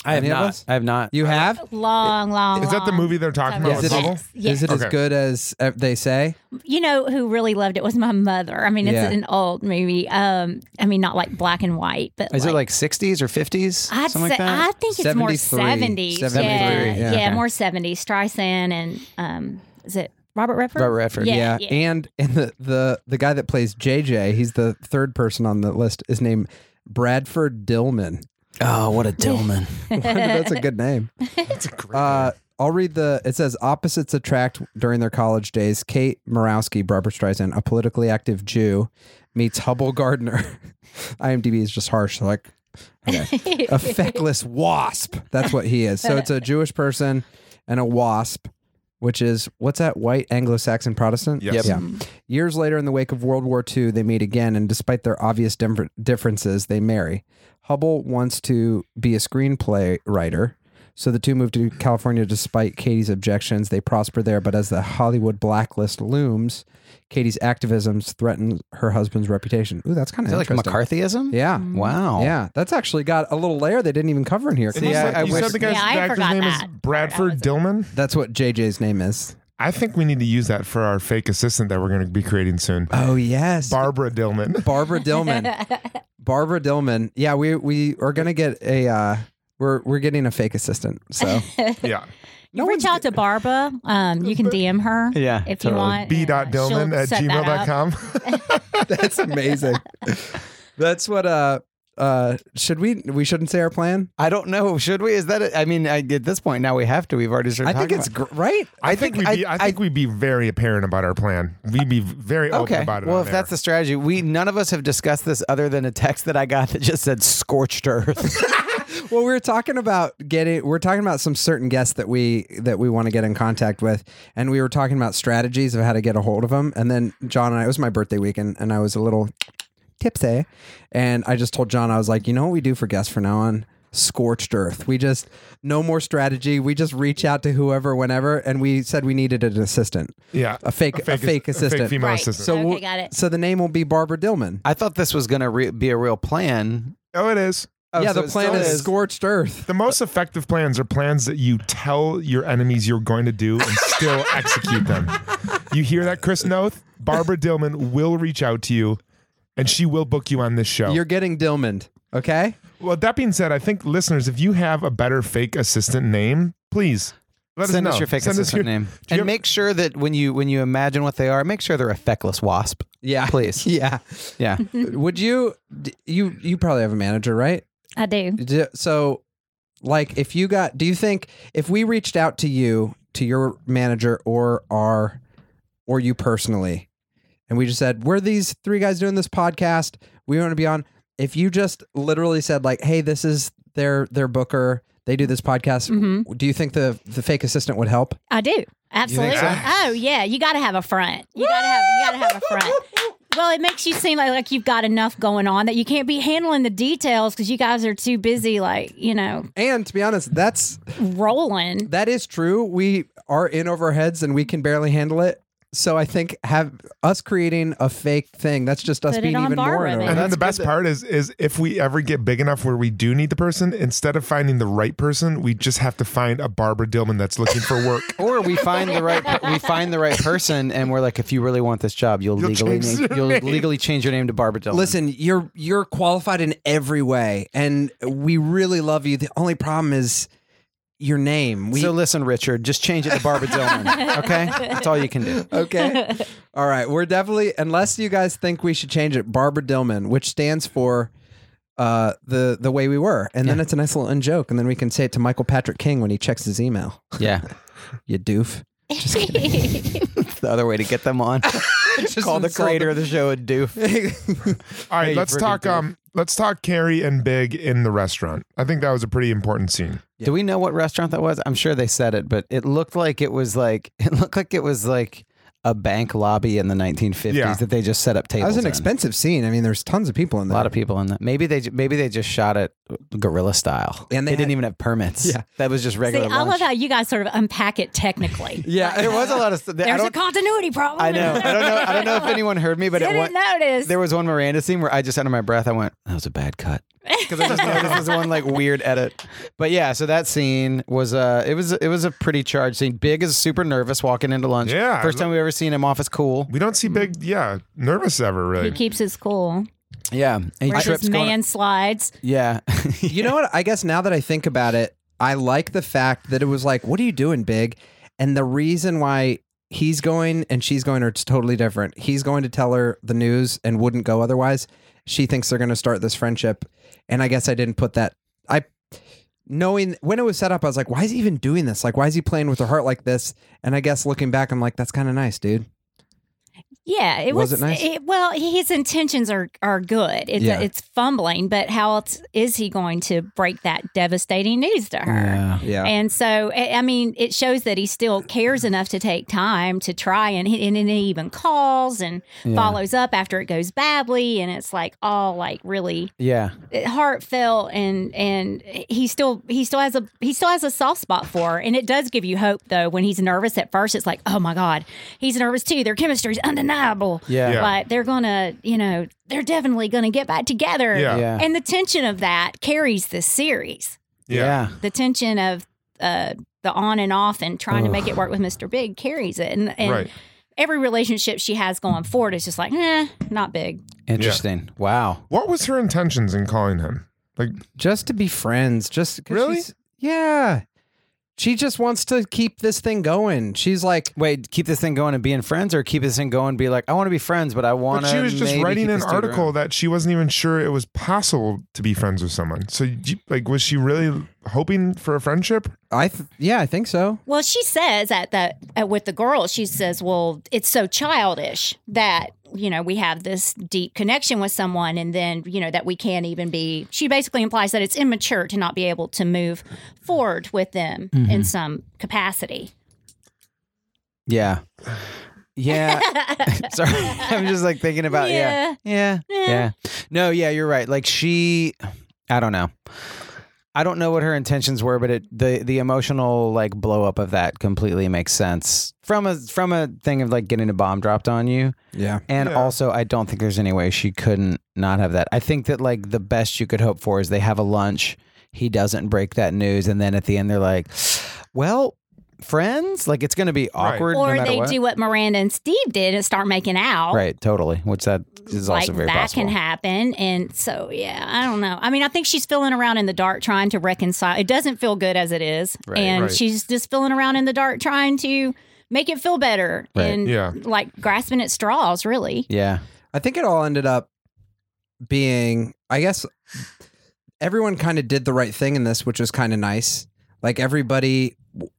Speaker 6: I have
Speaker 7: Any of
Speaker 6: not.
Speaker 7: us?
Speaker 6: I have not.
Speaker 7: You have.
Speaker 9: long, long.
Speaker 8: is that the
Speaker 9: long
Speaker 8: movie they're talking
Speaker 9: time
Speaker 8: about
Speaker 7: Yes,
Speaker 8: with
Speaker 7: it
Speaker 8: Hubble?
Speaker 9: is. Yeah.
Speaker 7: Is it as
Speaker 8: Okay.
Speaker 7: good as uh, they say?
Speaker 9: you know who really loved it was my mother. I mean, it's
Speaker 7: Yeah.
Speaker 9: an old movie. Um, I mean, not like black and white, but
Speaker 6: Is it like 60s or 50s?
Speaker 9: I'd
Speaker 6: something
Speaker 9: say
Speaker 6: like that?
Speaker 9: I think it's more
Speaker 7: 73.
Speaker 9: seventies.
Speaker 7: 73,
Speaker 9: Yeah,
Speaker 7: yeah.
Speaker 9: yeah, more seventies. Streisand and um, is it Robert Redford?
Speaker 6: Robert Redford.
Speaker 9: Yeah, yeah.
Speaker 7: And and the, the the guy that plays JJ, he's the third person on the list. Is named Bradford Dillman.
Speaker 6: Oh, what a Dillman.
Speaker 7: That's a good name.
Speaker 8: That's a great
Speaker 7: Uh, I'll read the. It says opposites attract during their college days. Kate Morawski, Barbara Streisand, a politically active Jew, meets Hubble Gardner. IMDb is just harsh. Like okay. a feckless wasp. That's what he is. So it's a Jewish person and a wasp, which is what's that? White Anglo-Saxon Protestant.
Speaker 8: Yes. Yep.
Speaker 7: Yeah. Years later, in the wake of World War II, they meet again, and despite their obvious differ- differences, they marry. Hubble wants to be a screenplay writer, so the two move to California despite Katie's objections. They prosper there, but as the Hollywood blacklist looms, Katie's activisms threaten her husband's reputation. Ooh, that's kind
Speaker 6: Is
Speaker 7: of
Speaker 6: it like
Speaker 7: interesting.
Speaker 6: McCarthyism?
Speaker 7: Yeah.
Speaker 8: Mm-hmm.
Speaker 6: Wow.
Speaker 7: Yeah, that's actually got a little layer they didn't even cover in here.
Speaker 8: And
Speaker 6: See,
Speaker 8: you
Speaker 6: I-
Speaker 8: said,
Speaker 6: I
Speaker 8: you
Speaker 6: wish-
Speaker 8: said the guy's
Speaker 9: Yeah, I
Speaker 8: the actor's
Speaker 9: forgot
Speaker 8: name is
Speaker 9: that.
Speaker 8: Bradford Dillman.
Speaker 7: That's what JJ's name is.
Speaker 8: I think we need to use that for our fake assistant that we're going to be creating soon.
Speaker 7: Oh yes,
Speaker 8: Barbara Dillman.
Speaker 7: Barbara Dillman. Barbara Dillman. Yeah, we we are gonna get a uh, We're we're getting a fake assistant. So
Speaker 8: Yeah.
Speaker 7: No
Speaker 9: you
Speaker 7: one's
Speaker 9: reach out to Barbara. Um, you can DM her
Speaker 6: Yeah,
Speaker 9: if you
Speaker 6: totally.
Speaker 9: want.
Speaker 8: B.
Speaker 9: and, uh,
Speaker 8: dot Dillman
Speaker 9: she'll
Speaker 8: at
Speaker 9: set that up.
Speaker 8: gmail.com.
Speaker 7: that's amazing. that's what uh uh should we we shouldn't say our plan?
Speaker 6: I don't know. Should we? Is that? It? I mean, I, at this point now we have to. We've already started.
Speaker 7: I think
Speaker 6: talking
Speaker 7: it's
Speaker 6: about-
Speaker 7: gr- right.
Speaker 8: I think we'd
Speaker 6: I-
Speaker 8: be, I think we'd be very apparent about our plan. We'd be very open
Speaker 6: okay.
Speaker 8: about it.
Speaker 6: well,
Speaker 8: on
Speaker 6: if
Speaker 8: air.
Speaker 6: that's the strategy, we none of us have discussed this other than a text that I got that just said "scorched earth."
Speaker 7: Well, we were talking about getting. We're talking about some certain guests that we that we want to get in contact with, and we were talking about strategies of how to get a hold of them. And then John and I, it was my birthday weekend, and I was a little tipsy, and I just told John I was like, you know what we do for guests from now on. Scorched earth. We just no more strategy. We just reach out to whoever, whenever, and we said we needed an assistant,
Speaker 8: yeah,
Speaker 7: a fake, a fake,
Speaker 8: ass- a
Speaker 7: assistant.
Speaker 8: fake female
Speaker 9: Right.
Speaker 8: assistant.
Speaker 7: So
Speaker 9: Okay,
Speaker 7: we'll-
Speaker 9: got it.
Speaker 7: So the name will be Barbara Dillman.
Speaker 6: I thought this was going to re- be a real plan.
Speaker 8: oh, it is.
Speaker 6: Oh,
Speaker 7: yeah,
Speaker 6: so
Speaker 7: the
Speaker 6: it
Speaker 7: plan
Speaker 6: still
Speaker 7: is scorched earth.
Speaker 8: The most effective plans are plans that you tell your enemies you're going to do and still execute them. You hear that, Chris Noth? Barbara Dillman will reach out to you, and she will book you on this show.
Speaker 7: You're getting Dillmaned, okay?
Speaker 8: well, that being said, I think listeners, if you have a better fake assistant name, please let
Speaker 6: Send
Speaker 8: us
Speaker 6: us,
Speaker 8: know.
Speaker 6: your fake
Speaker 8: Send us
Speaker 6: assistant
Speaker 8: your-
Speaker 6: name,
Speaker 8: you
Speaker 6: and
Speaker 8: have-
Speaker 6: make sure that when you when you imagine what they are, make sure they're a feckless wasp.
Speaker 7: Yeah,
Speaker 6: Please.
Speaker 7: Yeah.
Speaker 6: Yeah.
Speaker 7: Would you? d- You you probably have a manager, right?
Speaker 9: I do.
Speaker 7: D- So, like, if you got, do you think if we reached out to you, to your manager, or our, or you personally, and we just said we're these three guys doing this podcast, we want to be on. If you just literally said like, hey, this is their their booker, they do this podcast. Do you think the the fake assistant would help?
Speaker 9: I do. Absolutely.
Speaker 8: so?
Speaker 9: Oh yeah, you got to have a front. You got to have you got to have a front. Well, it makes you seem like, like you've got enough going on that you can't be handling the details because you guys are too busy, like you know,
Speaker 7: And to be honest, that's
Speaker 9: rolling.
Speaker 7: That is true. We are in over our heads and we can barely handle it. So I think have us creating a fake thing. That's just us
Speaker 9: Put it
Speaker 7: being
Speaker 9: on
Speaker 7: even more.
Speaker 9: Barbara
Speaker 7: in over
Speaker 9: then.
Speaker 7: our
Speaker 8: And then
Speaker 7: heads.
Speaker 8: the best part is is if we ever get big enough where we do need the person, instead of finding the right person, we just have to find a Barbara Dillman that's looking for work.
Speaker 6: Or we find the right per- we find the right person, and we're like, if you really want this job, you'll,
Speaker 8: You'll
Speaker 6: legally
Speaker 8: change
Speaker 6: name-
Speaker 8: your
Speaker 6: you'll
Speaker 8: name."
Speaker 6: legally change your name to Barbara Dillon.
Speaker 7: Listen, you're you're qualified in every way, and we really love you. The only problem is your name. We
Speaker 6: so listen, Richard, just change it to Barbara Dillon. Okay, that's all you can do.
Speaker 7: okay. All right, we're definitely unless you guys think we should change it. Barbara Dillman, which stands for. Uh, the the way we were, and then it's a nice little in joke, and then we can say it to Michael Patrick King when he checks his email.
Speaker 6: Yeah,
Speaker 7: You doof.
Speaker 6: it's the other way to get them on. Call the
Speaker 7: insult them.
Speaker 6: creator of the show a doof.
Speaker 8: All right,
Speaker 6: Hey,
Speaker 8: let's
Speaker 6: freaking
Speaker 8: talk.
Speaker 6: doof.
Speaker 8: Um, let's talk Carrie and Big in the restaurant. I think that was a pretty important scene.
Speaker 6: Do we know what restaurant that was? I'm sure they said it, but it looked like it was like it looked like it was like a bank lobby in the 1950s
Speaker 8: Yeah.
Speaker 6: that they just set up
Speaker 7: That
Speaker 6: tables.
Speaker 7: was an
Speaker 6: in.
Speaker 7: expensive scene. I mean, there's tons of people in
Speaker 6: A
Speaker 7: there.
Speaker 6: lot of people in that. Maybe they ju- maybe they just shot it guerrilla style,
Speaker 7: And they
Speaker 6: didn't
Speaker 7: had-
Speaker 6: even have permits.
Speaker 7: Yeah.
Speaker 6: that was just
Speaker 9: See,
Speaker 6: regular.
Speaker 9: I love
Speaker 6: lunch.
Speaker 9: how you guys sort of unpack it technically.
Speaker 6: Yeah, there was a lot of stuff. I
Speaker 9: There's a
Speaker 6: don't,
Speaker 9: continuity problem.
Speaker 6: I know. I don't know. I don't know if anyone heard me, but at
Speaker 9: Didn't
Speaker 6: one,
Speaker 9: notice.
Speaker 6: there was one Miranda scene where I just under my breath, I went, "That was a bad cut," because I just noticed this one like weird edit. But yeah, so that scene was uh, it was it was a pretty charged scene. Big is super nervous walking into lunch.
Speaker 8: Yeah, I
Speaker 6: first time
Speaker 8: lo-
Speaker 6: we've ever seen him off his cool.
Speaker 8: We don't see Big, yeah, nervous ever
Speaker 9: he
Speaker 8: really.
Speaker 9: keeps his cool.
Speaker 6: Yeah, and he
Speaker 9: Where
Speaker 6: trips
Speaker 9: his
Speaker 6: going.
Speaker 9: man slides.
Speaker 6: yeah,
Speaker 7: You know what? I guess now that I think about it, I like the fact that it was like, what are you doing, big? And the reason why he's going and she's going are totally different. He's going to tell her the news and wouldn't go otherwise. She thinks they're going to start this friendship. And I guess I didn't put that. I, knowing when it was set up, I was like, why is he even doing this? Like, why is he playing with her heart like this? And I guess looking back, I'm like, that's kind of nice, dude.
Speaker 9: Yeah, it
Speaker 7: Was
Speaker 9: was.
Speaker 7: it nice?
Speaker 9: well, his intentions are are good. It's
Speaker 7: Yeah.
Speaker 9: it's fumbling, but how else is he going to break that devastating news to her?
Speaker 7: Yeah.
Speaker 9: And so, I I mean, it shows that he still cares enough to take time to try, and he, and then he even calls and follows up after it goes badly, and it's like all like really
Speaker 6: yeah.
Speaker 9: heartfelt, and and he still he still has a he still has a soft spot for her, and it does give you hope though when he's nervous at first. It's like, oh my god, he's nervous too. Their chemistry's undeniable.
Speaker 6: Yeah. Yeah.
Speaker 9: but they're gonna, you know, they're definitely gonna get back together.
Speaker 8: Yeah.
Speaker 6: Yeah.
Speaker 9: and the tension of that carries this series
Speaker 6: yeah.
Speaker 9: the tension of uh, the on and off and trying to make it work with Mr. Big carries it. And, and
Speaker 8: Right.
Speaker 9: every relationship she has going forward is just like, eh, not big.
Speaker 6: Interesting. Wow.
Speaker 8: What was her intentions in calling him?
Speaker 6: Like,
Speaker 11: just to be friends. Just 'cause
Speaker 6: Really?
Speaker 11: she's- Yeah. She just wants to keep this thing going. She's like,
Speaker 7: Wait, keep this thing going and being friends, or keep this thing going and be like, I want to be friends, but I want
Speaker 6: but
Speaker 7: to.
Speaker 6: she was just writing an article that she wasn't even sure it was possible to be friends with someone. So, you- like, was she really hoping for a friendship?
Speaker 11: I th- yeah, I think so.
Speaker 9: Well, she says at that at, with the girls, she says, "Well, it's so childish that you know we have this deep connection with someone, and then you know that we can't even be." She basically implies that it's immature to not be able to move forward with them
Speaker 7: Mm-hmm.
Speaker 9: in some capacity.
Speaker 7: Yeah. Yeah. Sorry. I'm just like thinking about yeah. Yeah. Yeah. No, yeah, you're right. Like she I don't know. I don't know what her intentions were, but it the the emotional like blow up of that completely makes sense. From a from a thing of like getting a bomb dropped on you.
Speaker 11: Yeah.
Speaker 7: And
Speaker 6: Yeah.
Speaker 7: also, I don't think there's any way she couldn't not have that. I think that like the best you could hope for is they have a lunch. He doesn't break that news, and then at the end they're like, "Well, friends." Like it's going to be
Speaker 6: Right.
Speaker 7: awkward. no
Speaker 9: Or
Speaker 7: matter
Speaker 9: they
Speaker 7: what.
Speaker 9: do what Miranda and Steve did and start making out.
Speaker 7: Right, totally. Which that is
Speaker 9: like
Speaker 7: also very
Speaker 9: that
Speaker 7: possible.
Speaker 9: can happen and so yeah i don't know i mean i think she's feeling around in the dark trying to reconcile it doesn't feel good as it is
Speaker 7: Right,
Speaker 9: and
Speaker 6: right.
Speaker 9: she's just feeling around in the dark trying to make it feel better
Speaker 7: Right.
Speaker 9: and
Speaker 6: Yeah.
Speaker 9: like grasping at straws really
Speaker 7: yeah,
Speaker 11: I think it all ended up being, I guess, everyone kind of did the right thing in this, which was kind of nice. Like everybody,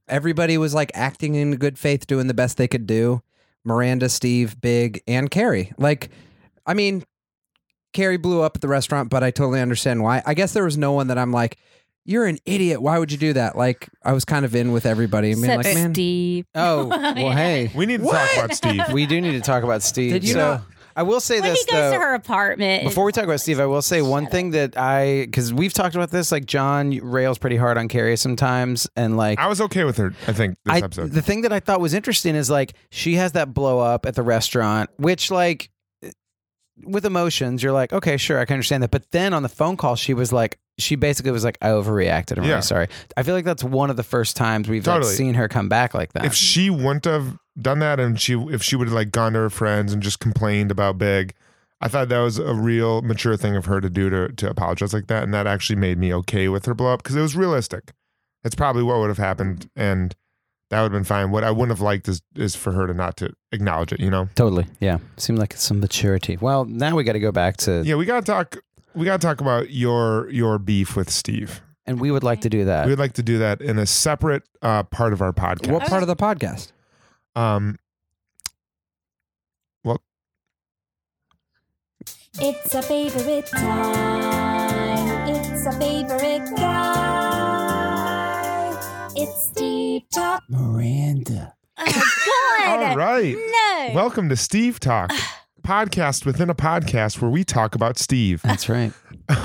Speaker 11: everybody was like acting in good faith, doing the best they could do. Miranda, Steve, Big, and Carrie. Like, I mean, Carrie blew up at the restaurant, but I totally understand why. I guess there was no one that I'm like, you're an idiot. Why would you do that? Like, I was kind of in with everybody. I mean,
Speaker 9: Except
Speaker 11: like, man,
Speaker 9: Steve.
Speaker 7: Oh well, hey,
Speaker 6: We need to talk about Steve.
Speaker 7: we do need to talk about Steve.
Speaker 11: Did you
Speaker 7: so,
Speaker 11: know-
Speaker 7: I will say
Speaker 9: when
Speaker 7: this
Speaker 9: he goes
Speaker 7: though.
Speaker 9: to her apartment
Speaker 7: Before we talk about Steve, I will say one thing that I because we've talked about this. Like John rails pretty hard on Carrie sometimes, and like
Speaker 6: I was okay with her, I think, this
Speaker 7: I,
Speaker 6: episode.
Speaker 7: the thing that I thought was interesting is like she has that blow up at the restaurant, which like with emotions, you're like, okay, sure, I can understand that. But then on the phone call, she was like, she basically was like, I overreacted. I'm
Speaker 6: Yeah.
Speaker 7: really sorry. I feel like that's one of the first times we've like,
Speaker 6: Totally.
Speaker 7: seen her come back like that.
Speaker 6: if she wouldn't have done that and she if she would have like gone to her friends and just complained about big i thought that was a real mature thing of her to do to, to apologize like that and that actually made me okay with her blow up because it was realistic it's probably what would have happened and that would have been fine what i wouldn't have liked is is for her to not to acknowledge it you know
Speaker 7: Totally. Yeah. Seemed like some maturity. Well, now we got to go back to,
Speaker 6: yeah we gotta talk we gotta talk about your your beef with steve
Speaker 7: and we would like to do that.
Speaker 6: we'd like to do that in a separate uh part of our podcast
Speaker 11: what part of the podcast?
Speaker 6: um
Speaker 12: It's a favorite time. It's a favorite guy. It's Steve Top.
Speaker 9: oh,
Speaker 6: all
Speaker 9: God.
Speaker 6: right
Speaker 9: no
Speaker 6: Welcome to Steve Talk, podcast within a podcast where we talk about Steve.
Speaker 7: That's right.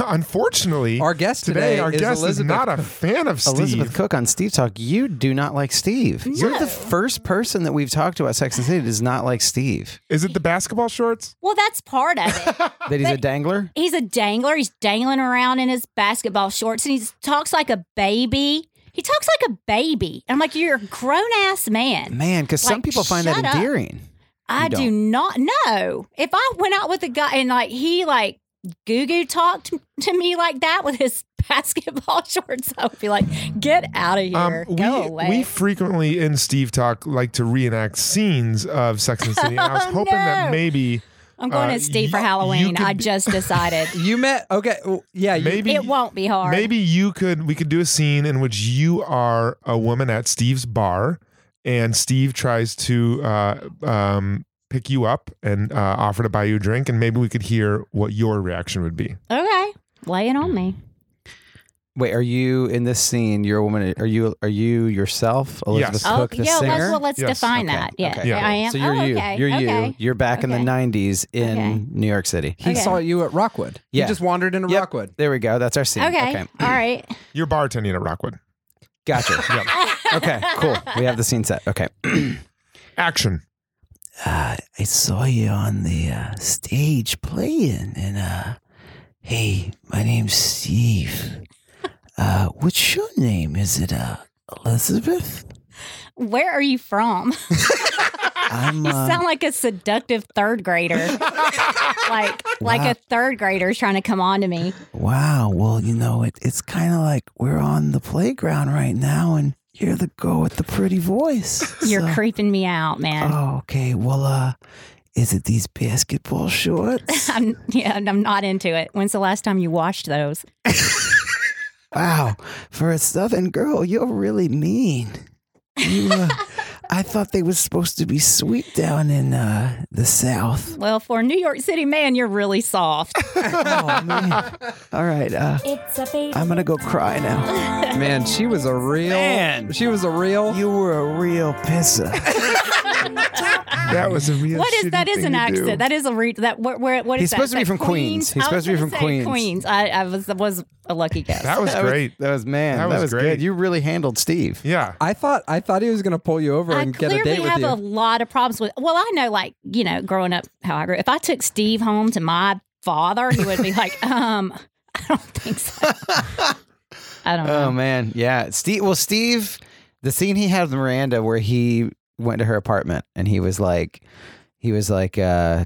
Speaker 6: Unfortunately,
Speaker 11: Our guest
Speaker 6: today,
Speaker 11: today
Speaker 6: our
Speaker 11: is
Speaker 6: guest is
Speaker 11: Elizabeth.
Speaker 6: not a fan of Steve.
Speaker 7: Elizabeth Cook on Steve Talk. You do not like Steve. You're the first person that we've talked to at Sex and City that does not like Steve.
Speaker 6: Is it the basketball shorts?
Speaker 9: well that's part of it
Speaker 7: That he's a
Speaker 9: But-
Speaker 7: dangler.
Speaker 9: He's a dangler. He's dangling around in his basketball shorts and he talks like a baby. He talks like a baby. I'm like, you're a grown ass man.
Speaker 7: Man, because some
Speaker 9: Like,
Speaker 7: people find
Speaker 9: shut
Speaker 7: that
Speaker 9: up.
Speaker 7: endearing.
Speaker 9: I do not know. If I went out with a guy and like he like goo goo talked to me like that with his basketball shorts, I would be like, get out of here.
Speaker 6: Um, we,
Speaker 9: Go away.
Speaker 6: we frequently in Steve Talk like to reenact scenes of Sex and the City. And I was
Speaker 9: Oh,
Speaker 6: hoping that
Speaker 9: no.
Speaker 6: maybe
Speaker 9: I'm going
Speaker 6: uh,
Speaker 9: to Steve for
Speaker 6: you- you
Speaker 9: Halloween.
Speaker 6: could
Speaker 9: I
Speaker 6: be-
Speaker 9: just decided.
Speaker 11: You met okay, well, yeah. You,
Speaker 6: maybe
Speaker 9: it won't be hard.
Speaker 6: Maybe you could we could do a scene in which you are a woman at Steve's bar, and Steve tries to uh, um, pick you up and uh, offer to buy you a drink, and maybe we could hear what your reaction would be.
Speaker 9: Okay. Lay it on me.
Speaker 7: Wait, are you in this scene? You're a woman. Are you are you yourself, Elizabeth
Speaker 6: Yes.
Speaker 7: Cook, the
Speaker 9: Oh, yeah,
Speaker 7: singer?
Speaker 9: let's, well, let's
Speaker 6: Yes.
Speaker 9: define
Speaker 7: Okay.
Speaker 9: that. Yeah.
Speaker 7: Okay.
Speaker 6: Yeah.
Speaker 9: I am.
Speaker 7: So you're
Speaker 9: oh,
Speaker 7: you.
Speaker 9: okay.
Speaker 7: You're
Speaker 9: okay.
Speaker 7: you. You're back in the
Speaker 9: Okay.
Speaker 7: '90s in
Speaker 9: Okay.
Speaker 7: New York City.
Speaker 11: he
Speaker 9: Okay.
Speaker 11: saw you at Rockwood.
Speaker 7: Yeah.
Speaker 11: He just wandered into
Speaker 7: Yep.
Speaker 11: Rockwood.
Speaker 7: There we go. That's our scene.
Speaker 9: Okay. All right.
Speaker 6: You're bartending at Rockwood.
Speaker 7: Gotcha. Okay. Cool. We have the scene set. Okay.
Speaker 6: Action.
Speaker 7: uh, I saw you on the uh, stage playing, and uh, hey, my name's Steve. Uh, what's your name? Is it uh, Elizabeth?
Speaker 9: Where are you from?
Speaker 6: I'm.
Speaker 9: You
Speaker 6: uh,
Speaker 9: sound like a seductive third grader. like like a third grader is trying to come on to me.
Speaker 6: wow. Well, you know, it, it's kind of like we're on the playground right now, and you're the girl with the pretty voice.
Speaker 9: You're
Speaker 6: So-
Speaker 9: creeping me out, man.
Speaker 6: Oh, okay. Well, uh, is it these basketball shorts?
Speaker 9: I'm, yeah, and I'm not into it. When's the last time you washed those?
Speaker 6: Wow, for a southern girl, you're really mean. You, uh, I thought they was supposed to be sweet down in uh, the south.
Speaker 9: Well, for a New York City man, you're really soft.
Speaker 6: Oh man! All right, uh,
Speaker 13: It's a baby.
Speaker 6: I'm gonna go cry now.
Speaker 7: Man, she was a real.
Speaker 6: Man.
Speaker 7: She was a real.
Speaker 6: You were a real pisser.
Speaker 8: That was a real.
Speaker 9: What is
Speaker 8: shitty
Speaker 9: that? Is
Speaker 8: thing
Speaker 9: an
Speaker 8: to do.
Speaker 9: accent? That is a re- that where, where what is
Speaker 6: He's
Speaker 9: that?
Speaker 6: supposed to be
Speaker 9: Is that
Speaker 6: from Queens. He's
Speaker 9: I was
Speaker 6: supposed to be
Speaker 9: gonna
Speaker 6: from
Speaker 9: say
Speaker 6: Queens.
Speaker 9: Queens. I, I was was a lucky guess.
Speaker 8: That was great.
Speaker 6: that was man.
Speaker 8: That was great.
Speaker 6: You really handled Steve.
Speaker 8: yeah.
Speaker 7: I thought I thought he was gonna pull you over
Speaker 9: I
Speaker 7: and get
Speaker 9: clearly
Speaker 7: a date with
Speaker 9: have
Speaker 7: you.
Speaker 9: a lot of problems with. Well, I know, like you know, growing up, how I grew. If I took Steve home to my father, he would be like, um, I don't think so. I don't know.
Speaker 6: Oh man, yeah. Steve. Well, Steve, the scene he had with Miranda, where he went to her apartment and he was like, he was like, uh,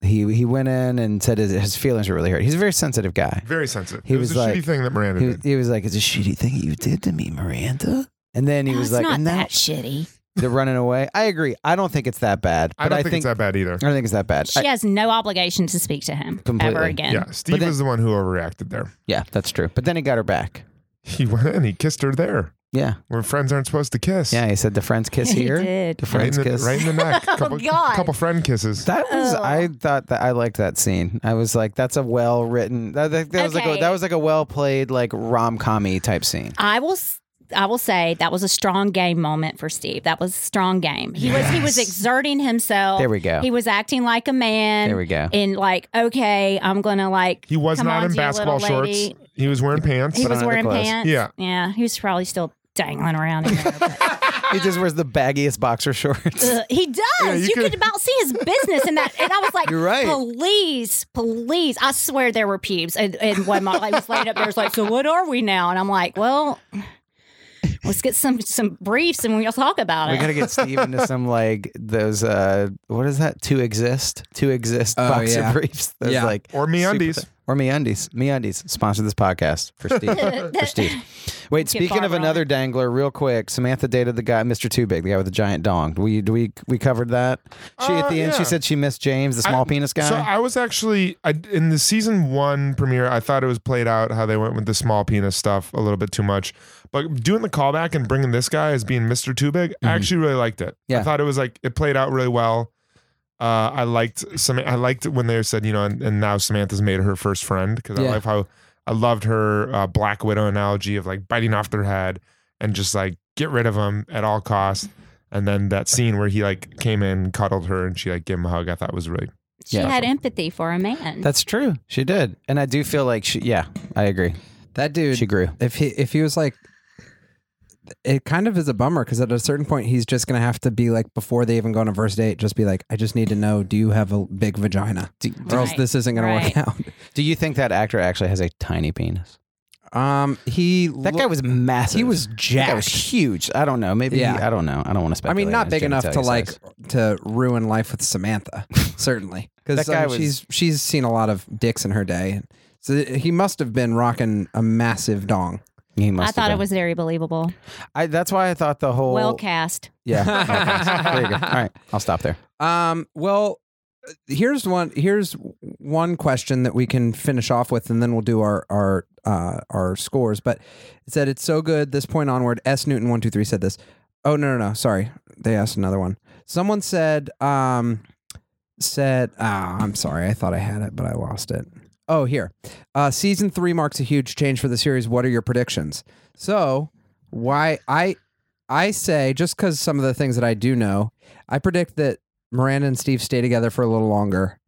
Speaker 6: he he went in and said his, his feelings were really hurt. He's a very sensitive guy.
Speaker 8: Very sensitive.
Speaker 6: He
Speaker 8: it was,
Speaker 6: was
Speaker 8: a
Speaker 6: like-
Speaker 8: shitty thing that Miranda
Speaker 6: He, was-
Speaker 8: did.
Speaker 6: he was like, it's a shitty thing you did to me, Miranda. And then he
Speaker 9: No,
Speaker 6: was
Speaker 9: it's
Speaker 6: like,
Speaker 9: not
Speaker 6: and now
Speaker 9: that shitty.
Speaker 6: they're running away. I agree. I don't think it's that bad.
Speaker 8: I
Speaker 6: but
Speaker 8: don't think, it's that bad either.
Speaker 6: I don't think it's that bad.
Speaker 9: She
Speaker 6: I-
Speaker 9: has no obligation to speak to him ever
Speaker 6: Completely.
Speaker 9: again.
Speaker 8: Yeah, Steve
Speaker 6: then-
Speaker 8: was the one who overreacted there.
Speaker 6: yeah, that's true. But then he got her back.
Speaker 8: He went in, he kissed her there,
Speaker 6: Yeah,
Speaker 8: where friends aren't supposed to kiss.
Speaker 6: yeah. He said the friends kiss
Speaker 9: He
Speaker 6: here.
Speaker 9: did.
Speaker 6: The
Speaker 8: right in
Speaker 6: friends
Speaker 8: the,
Speaker 6: kiss
Speaker 8: right in the neck.
Speaker 9: Oh,
Speaker 8: Couple,
Speaker 9: God.
Speaker 8: couple friend kisses.
Speaker 6: That was
Speaker 9: Oh.
Speaker 6: I thought that I liked that scene. I was like, that's a well written. That, that, that was like
Speaker 9: Okay.
Speaker 6: a, that was like a well played like rom commy type scene.
Speaker 9: I will. s- I will say that was a strong game moment for Steve. That was a strong game. He was he was exerting himself.
Speaker 6: There we go.
Speaker 9: He was acting like a man.
Speaker 6: There we go.
Speaker 9: And like, okay, I'm gonna like.
Speaker 8: he was
Speaker 9: come
Speaker 8: not
Speaker 9: on
Speaker 8: in
Speaker 9: to you,
Speaker 8: basketball
Speaker 9: little
Speaker 8: shorts.
Speaker 9: lady.
Speaker 8: He was wearing pants.
Speaker 9: He
Speaker 6: Put
Speaker 9: was
Speaker 6: on other
Speaker 9: wearing
Speaker 6: clothes.
Speaker 9: pants.
Speaker 8: Yeah.
Speaker 9: yeah. He was probably still dangling around. In there, but-
Speaker 6: he just wears the baggiest boxer shorts.
Speaker 9: Ugh, Uh, he does.
Speaker 6: you
Speaker 9: you
Speaker 6: could-
Speaker 9: could about see his business in that. And I was like,
Speaker 6: You're right.
Speaker 9: Please, please. I swear there were pubes. And, and when my like was laying up there, was like, so what are we now? And I'm like, well, let's get some some briefs and we'll talk about
Speaker 6: We
Speaker 9: it.
Speaker 6: gotta get Steve into some like those uh what is that? To exist, to exist
Speaker 7: Oh,
Speaker 6: boxer
Speaker 7: yeah.
Speaker 6: briefs. Those,
Speaker 7: Yeah.
Speaker 6: like
Speaker 8: Or MeUndies.
Speaker 6: super- or MeUndies. MeUndies sponsor this podcast for Steve. for Steve. Wait,
Speaker 9: Get
Speaker 6: speaking of
Speaker 9: Barbara on
Speaker 6: another
Speaker 9: it.
Speaker 6: dangler, real quick, Samantha dated the guy, Mr. Too Big, the guy with the giant dong. We do we we covered that. She at
Speaker 8: Uh,
Speaker 6: the end,
Speaker 8: yeah.
Speaker 6: she said she missed James, the
Speaker 8: I-
Speaker 6: small penis guy.
Speaker 8: So I was actually I, in the season one premiere. I thought it was played out how they went with the small penis stuff a little bit too much, but doing the callback and bringing this guy as being Mr. Too Big, I actually really liked it.
Speaker 6: Mm-hmm. Yeah.
Speaker 8: I thought it was like it played out really well. Uh, I liked some. I liked when they said you know, and, and now Samantha's made her first friend because I
Speaker 7: Yeah.
Speaker 8: love how I loved her uh, Black Widow analogy of like biting off their head and just like get rid of them at all costs. And then that scene where he like came in, cuddled her, and she like gave him a hug. I thought was really
Speaker 9: She
Speaker 6: Yeah.
Speaker 9: had empathy for a man.
Speaker 6: That's true. She did, and I do feel like she. Yeah, I agree.
Speaker 7: that dude.
Speaker 6: She grew.
Speaker 7: if he if he was like it kind of is a bummer because at a certain point he's just gonna have to be like before they even go on a first date just be like i just need to know do you have a big vagina
Speaker 6: Do,
Speaker 7: or
Speaker 9: Right,
Speaker 7: else this isn't gonna
Speaker 9: right.
Speaker 7: work
Speaker 6: do you think that actor actually has a tiny penis?
Speaker 7: out um he
Speaker 6: That guy
Speaker 7: look-
Speaker 6: was massive.
Speaker 7: he was
Speaker 6: That guy
Speaker 7: jacked
Speaker 6: was huge. I don't know. Maybe
Speaker 7: Yeah.
Speaker 6: I don't know. I don't want to
Speaker 7: i
Speaker 6: speculate.
Speaker 7: mean
Speaker 6: on
Speaker 7: not
Speaker 6: his
Speaker 7: big enough to
Speaker 6: genitalia
Speaker 7: like
Speaker 6: size.
Speaker 7: to ruin life with samantha certainly
Speaker 6: That
Speaker 7: because
Speaker 6: guy was-
Speaker 7: she's she's seen a lot of dicks in her day so he must have been rocking a massive dong
Speaker 6: He
Speaker 9: I
Speaker 6: must
Speaker 9: thought
Speaker 6: have Oh.
Speaker 9: it was very believable.
Speaker 6: been. I, that's why I thought the whole.
Speaker 9: well cast.
Speaker 6: yeah. well cast. there you go. All right, I'll stop there.
Speaker 7: Um, well, here's one. Here's one question that we can finish off with, and then we'll do our our uh, our scores. But it said it's so good. This point onward, S Newton one two three said this. Oh no no no! Sorry, they asked another one. Someone said um said ah I'm sorry. I thought I had it, but I lost it. Oh here, uh, season three marks a huge change for the series. What are your predictions? So why I I say just because some of the things that I do know, I predict that Miranda and Steve stay together for a little longer.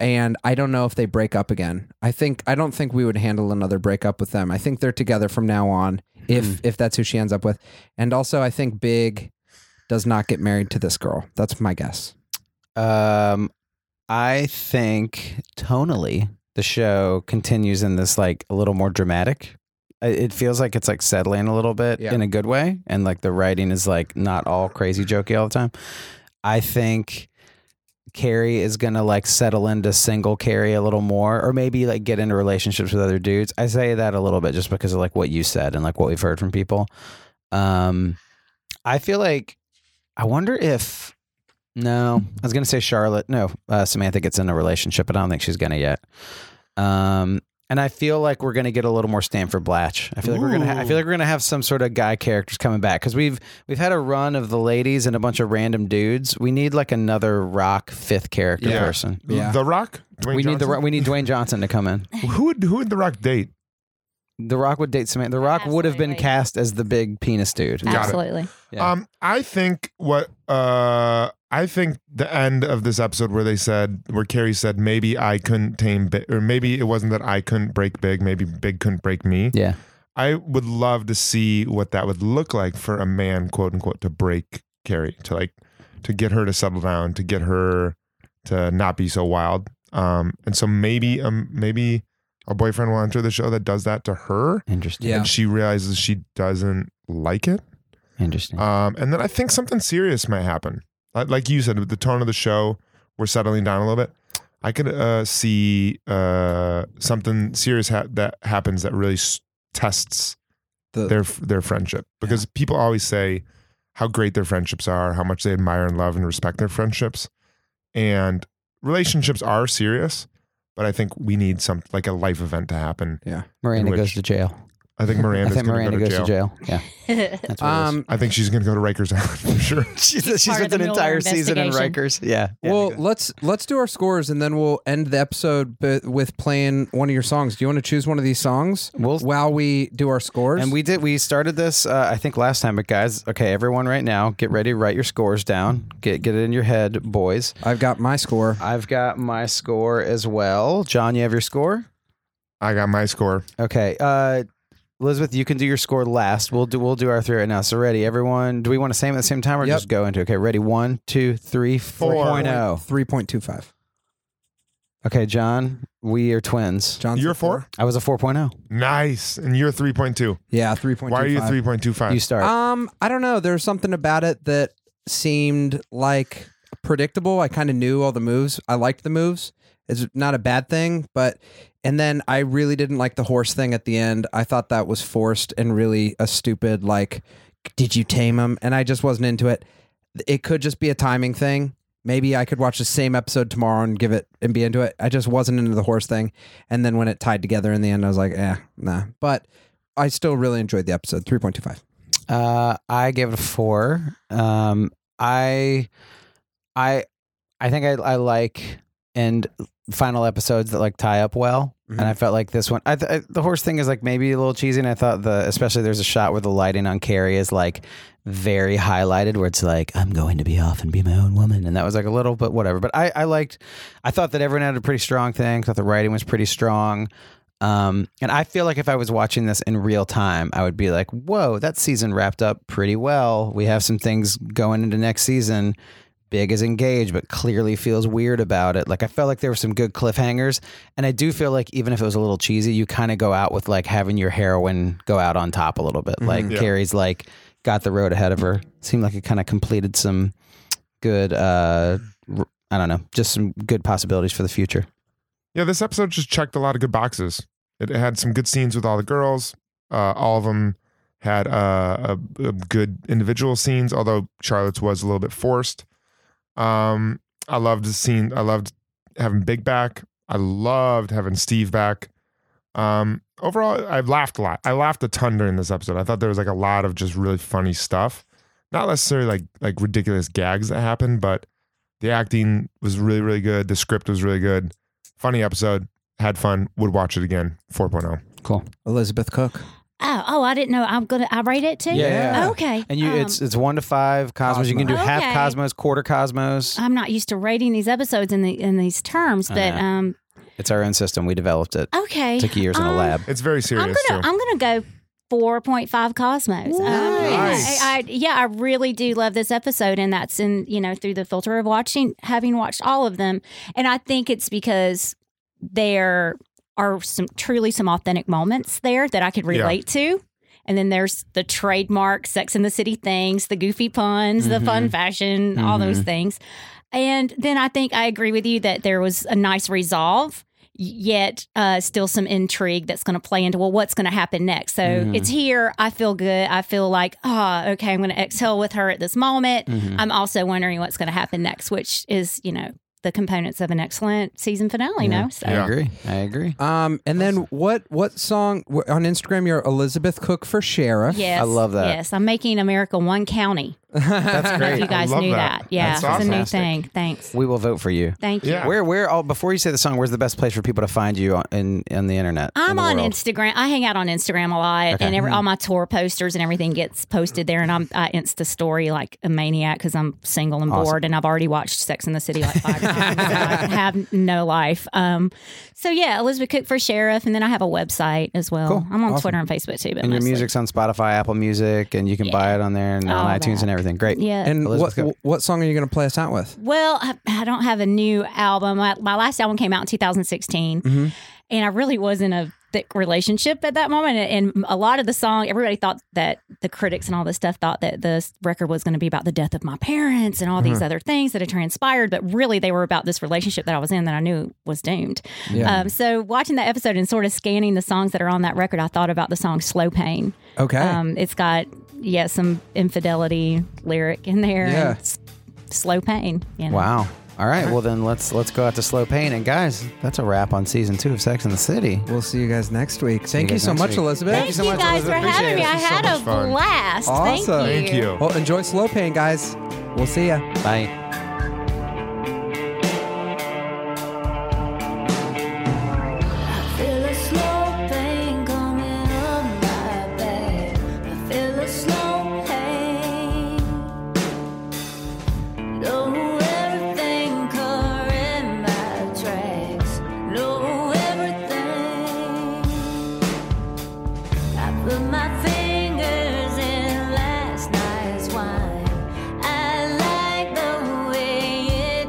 Speaker 7: And I don't know if they break up again. I think I don't think we would handle another breakup with them. I think they're together from now on, if if that's who she ends up with. And also, I think Big does not get married to this girl. That's my guess.
Speaker 6: Um, I think tonally the show continues in this like a little more dramatic. I- It feels like it's like settling a little bit
Speaker 7: Yeah.
Speaker 6: in a good way, and like the writing is like not all crazy jokey all the time. I think Carrie is gonna like settle into single Carrie a little more, or maybe like get into relationships with other dudes. I say that a little bit just because of like what you said and like what we've heard from people. Um, I feel like I wonder if no, I was gonna say Charlotte. No, uh, Samantha gets in a relationship, but I don't think she's gonna yet. Um, and I feel like we're gonna get a little more Stanford Blatch. I feel like we're gonna. Ha- I feel like we're gonna have some sort of guy characters coming back because we've we've had a run of the ladies and a bunch of random dudes. We need like another Rock fifth character
Speaker 8: Yeah.
Speaker 6: person.
Speaker 7: Yeah.
Speaker 8: The Rock. Dwayne
Speaker 6: we need the
Speaker 8: Johnson?
Speaker 6: Ro- we need Dwayne Johnson to come in.
Speaker 8: Who would who would The Rock date?
Speaker 6: The Rock would date Samantha. The Rock would have been
Speaker 9: Absolutely.
Speaker 6: cast as the big penis dude.
Speaker 8: it.
Speaker 9: Absolutely.
Speaker 6: Yeah.
Speaker 8: Um, I think what uh, I think the end of this episode where they said where Carrie said maybe I couldn't tame big, or maybe it wasn't that I couldn't break big, maybe big couldn't break me.
Speaker 6: Yeah.
Speaker 8: I would love to see what that would look like for a man, quote unquote, to break Carrie, to like to get her to settle down, to get her to not be so wild. Um, and so maybe um maybe a boyfriend will enter the show that does that to her
Speaker 6: Interesting.
Speaker 7: Yeah.
Speaker 8: and she realizes she doesn't like it.
Speaker 6: Interesting.
Speaker 8: Um, and then I think something serious might happen. Like, like you said, with the tone of the show, we're settling down a little bit. I could uh, see uh, something serious ha- that happens that really s- tests
Speaker 7: The-
Speaker 8: their their friendship because people always say how great their friendships are, how much they admire and love and respect their friendships, and relationships are serious. But I think we need some like a life event to happen.
Speaker 6: Miranda
Speaker 8: which-
Speaker 6: goes to jail.
Speaker 8: I think
Speaker 6: I
Speaker 8: Miranda's
Speaker 6: think
Speaker 8: gonna
Speaker 6: Miranda
Speaker 8: go to
Speaker 6: goes
Speaker 8: jail.
Speaker 6: to jail. Yeah. That's what it is.
Speaker 7: Um,
Speaker 8: I think she's gonna go to Rikers Island for sure.
Speaker 6: she's
Speaker 9: She's
Speaker 6: she's
Speaker 9: part of
Speaker 6: spent
Speaker 9: the
Speaker 6: an
Speaker 9: Mueller
Speaker 6: entire season in Rikers.
Speaker 9: investigation.
Speaker 6: Yeah. Yeah,
Speaker 7: well,
Speaker 6: exactly.
Speaker 7: let's let's do our scores and then we'll end the episode bu- with playing one of your songs. Do you want to choose one of these songs
Speaker 6: We'll-
Speaker 7: while we do our scores?
Speaker 6: And we did. We started this, uh, I think, last time. But guys, okay, everyone, right now, get ready. Write your scores down. Get get it in your head, boys.
Speaker 7: I've got my score.
Speaker 6: I've got my score as well. John, you have your score.
Speaker 8: I got my score.
Speaker 6: Okay, uh, Elizabeth, you can do your score last. We'll do we'll do our three right now. So ready, everyone. Do we want to say them at the same time or
Speaker 7: Yep.
Speaker 6: just go into? it? Okay, ready. One, two, three, four point oh.
Speaker 7: Three point two five.
Speaker 6: Okay, John, we are twins.
Speaker 7: John's
Speaker 8: You're
Speaker 7: at
Speaker 8: four?
Speaker 6: I was a four point oh.
Speaker 8: Nice. And you're 3.2.
Speaker 7: Yeah, three point two five.
Speaker 8: Why are you 3.25?
Speaker 6: You start.
Speaker 7: Um, I don't know. There's something about it that seemed like predictable. I kind of knew all the moves. I liked the moves. It's not a bad thing, but and then I really didn't like the horse thing at the end. I thought that was forced and really a stupid like did you tame him? And I just wasn't into it. It could just be a timing thing. Maybe I could watch the same episode tomorrow and give it and be into it. I just wasn't into the horse thing. And then when it tied together in the end, I was like, eh, nah. But I still really enjoyed the episode. 3.25.
Speaker 6: Uh, I gave it a four. Um, I, I, I think I, I like and final episodes that like tie up well. And I felt like this one, I, th- I the horse thing is like maybe a little cheesy. And I thought the especially there's a shot where the lighting on Carrie is like very highlighted, where it's like I'm going to be off and be my own woman, and that was like a little, but whatever. But I, I liked, I thought that everyone had a pretty strong thing. I thought the writing was pretty strong. Um, and I feel like if I was watching this in real time, I would be like, whoa, that season wrapped up pretty well. We have some things going into next season. Big is engaged, but clearly feels weird about it. Like, I felt like there were some good cliffhangers. And I do feel like even if it was a little cheesy, you kind of go out with like having your heroine go out on top a little bit. Like,
Speaker 8: Yeah.
Speaker 6: Carrie's like got the road ahead of her. Seemed like it kind of completed some good, uh, r- I don't know, just some good possibilities for the future.
Speaker 8: yeah, this episode just checked a lot of good boxes. It had some good scenes with all the girls. Uh, all of them had uh, a, a good individual scenes, although Charlotte's was a little bit forced. Um, I loved the scene. I loved having Big back. I loved having Steve back. Um, overall, I've laughed a lot. I laughed a ton during this episode. I thought there was like a lot of just really funny stuff. Not necessarily like like ridiculous gags that happened, but the acting was really really good. The script was really good. Funny episode. Had fun. Would watch it again. oh. 4.0.
Speaker 7: Elizabeth Cook.
Speaker 9: Oh, oh, I didn't know. I'm gonna. I rate it too.
Speaker 6: Yeah.
Speaker 9: Okay.
Speaker 6: And you,
Speaker 9: Um,
Speaker 6: it's it's one to five cosmos. You can do half
Speaker 9: Okay. Uh,
Speaker 6: cosmos, quarter cosmos.
Speaker 9: I'm not used to rating these episodes in the in these terms,
Speaker 6: I
Speaker 9: but
Speaker 6: know.
Speaker 9: um,
Speaker 6: It's our own system. We developed it.
Speaker 9: okay.
Speaker 6: Took years in a
Speaker 9: Um,
Speaker 6: lab.
Speaker 8: It's very serious
Speaker 9: I'm gonna.
Speaker 8: too.
Speaker 9: I'm gonna go. 4.5 cosmos Um,
Speaker 8: Nice.
Speaker 9: I, I, yeah i really do love this episode and that's in you know through the filter of watching having watched all of them and i think it's because there are some truly some authentic moments there that i could
Speaker 8: Yeah.
Speaker 9: relate to And then there's the trademark Sex in the City things, the goofy puns, the
Speaker 8: Mm-hmm.
Speaker 9: fun fashion, all those things. And then I think I agree with you that there was a nice resolve, yet uh, still some intrigue that's going to play into well, what's going to happen next. So
Speaker 8: Mm-hmm.
Speaker 9: it's here. I feel good. I feel like, oh, okay, I'm going to exhale with her at this moment.
Speaker 6: Mm-hmm.
Speaker 8: Mm-hmm.
Speaker 9: I'm also wondering what's going to happen next, which is, you know, the components of an excellent season finale. No, so
Speaker 6: I agree. I agree.
Speaker 7: Um, and then what? What song wh- on Instagram? You're Elizabeth Cook for sheriff.
Speaker 9: yes,
Speaker 6: I love that.
Speaker 9: Yes, I'm making America one county.
Speaker 6: That's
Speaker 9: If you
Speaker 6: great.
Speaker 9: guys
Speaker 8: love
Speaker 9: knew that,
Speaker 8: that.
Speaker 9: yeah,
Speaker 8: That's
Speaker 9: it's a new
Speaker 6: awesome.
Speaker 9: thing. Thanks.
Speaker 6: We will vote for you.
Speaker 9: Thank you.
Speaker 8: Yeah.
Speaker 6: Where, where? Oh, before you say the song, where's the best place for people to find you on in, in the internet? in
Speaker 9: I'm
Speaker 6: the
Speaker 9: on
Speaker 6: world?
Speaker 9: Instagram. I hang out on Instagram a lot,
Speaker 6: Okay. Hmm.
Speaker 9: and every, all my tour posters and everything gets posted there. And I'm I Insta story like a maniac because I'm single and bored, and I've already watched Sex in the City like five times. so I have no life. Um, so yeah, Elizabeth Cook for sheriff, and then I have a website as well. I'm on Twitter and Facebook too. But
Speaker 6: And your
Speaker 9: mostly-
Speaker 6: music's on Spotify, Apple Music, and you can buy it on there and on
Speaker 9: All
Speaker 6: iTunes
Speaker 9: that.
Speaker 6: and everything. Great.
Speaker 9: yeah.
Speaker 7: And
Speaker 6: Elizabeth
Speaker 7: what
Speaker 6: Cook.
Speaker 7: what song are you going to play us out with?
Speaker 9: Well, I, I don't have a new album. My, my last album came out in 2016, and I really was in a thick relationship at that moment. And, and a lot of the song, everybody thought that the critics and all this stuff thought that the record was going to be about the death of my parents and all these other things that had transpired, but really they were about this relationship that I was in that I knew was doomed. Um, so watching that episode and sort of scanning the songs that are on that record, I thought about the song "Slow Pain."
Speaker 7: Okay.
Speaker 9: Um, it's got yeah some infidelity lyric in there.
Speaker 7: Yeah.
Speaker 9: And s- slow pain. You know?
Speaker 6: Wow. All right. Well, then let's let's go out to slow pain. And guys, that's a wrap on season two of Sex in the City.
Speaker 7: we'll see you guys next week. Thank
Speaker 6: you
Speaker 7: you,
Speaker 6: guys
Speaker 7: so
Speaker 6: next
Speaker 7: much,
Speaker 6: week.
Speaker 7: Elizabeth.
Speaker 9: Thank, you guys for
Speaker 6: Elizabeth.
Speaker 9: having me. I
Speaker 6: Appreciate
Speaker 8: it.
Speaker 9: had
Speaker 8: This was so
Speaker 9: a
Speaker 8: much fun.
Speaker 9: blast.
Speaker 7: Awesome.
Speaker 9: Thank you.
Speaker 8: Thank you.
Speaker 7: Well, enjoy slow pain, guys. We'll see ya.
Speaker 6: Bye.
Speaker 13: Feel a slow pain coming on my back. I feel a slow pain. Know everything caught in my tracks. Know everything. I put my fingers in last night's wine. I like the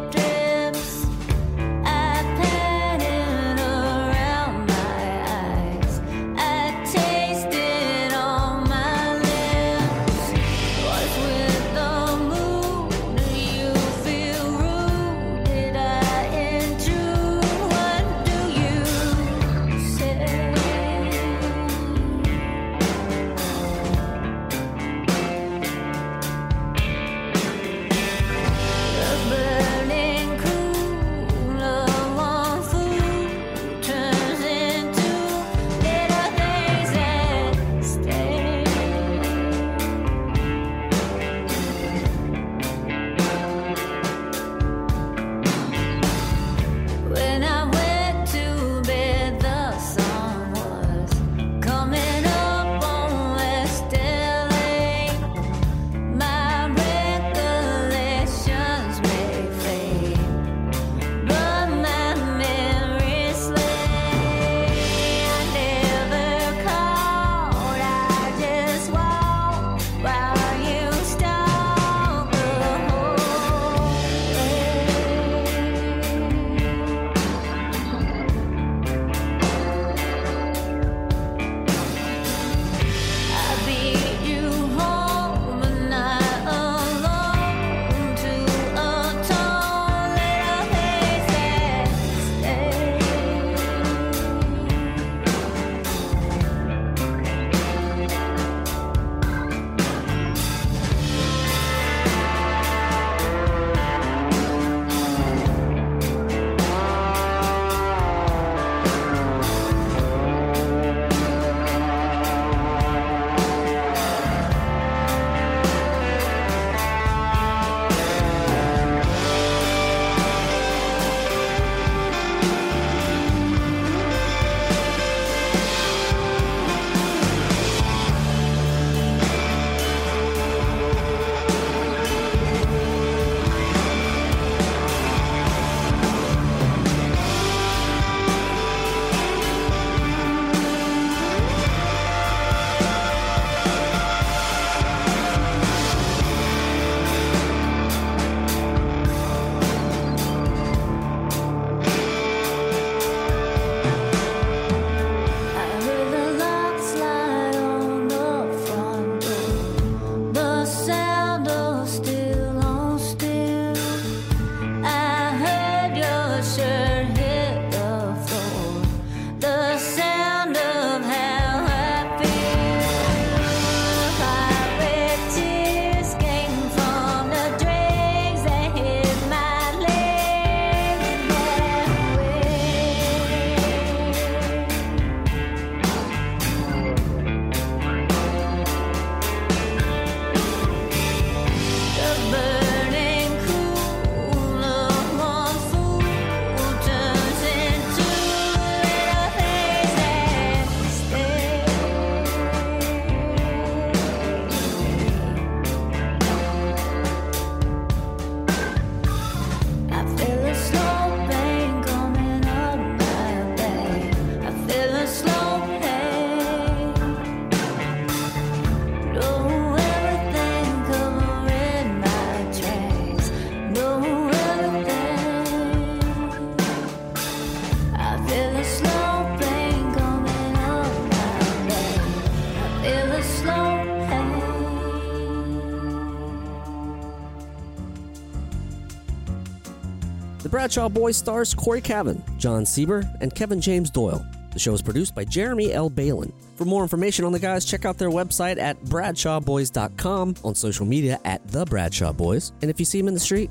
Speaker 5: The Bradshaw Boys stars Corey Cavan, John Sieber, and Kevin James Doyle. The show is produced by Jeremy L. Balin. For more information on the guys, check out their website at bradshawboys.com, on social media at The Bradshaw Boys, and if you see them in the street,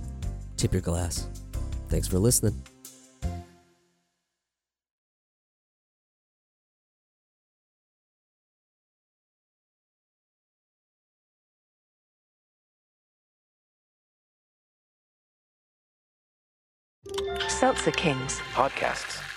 Speaker 5: tip your glass. Thanks for listening.
Speaker 14: Seltzer Kings.
Speaker 1: Podcasts.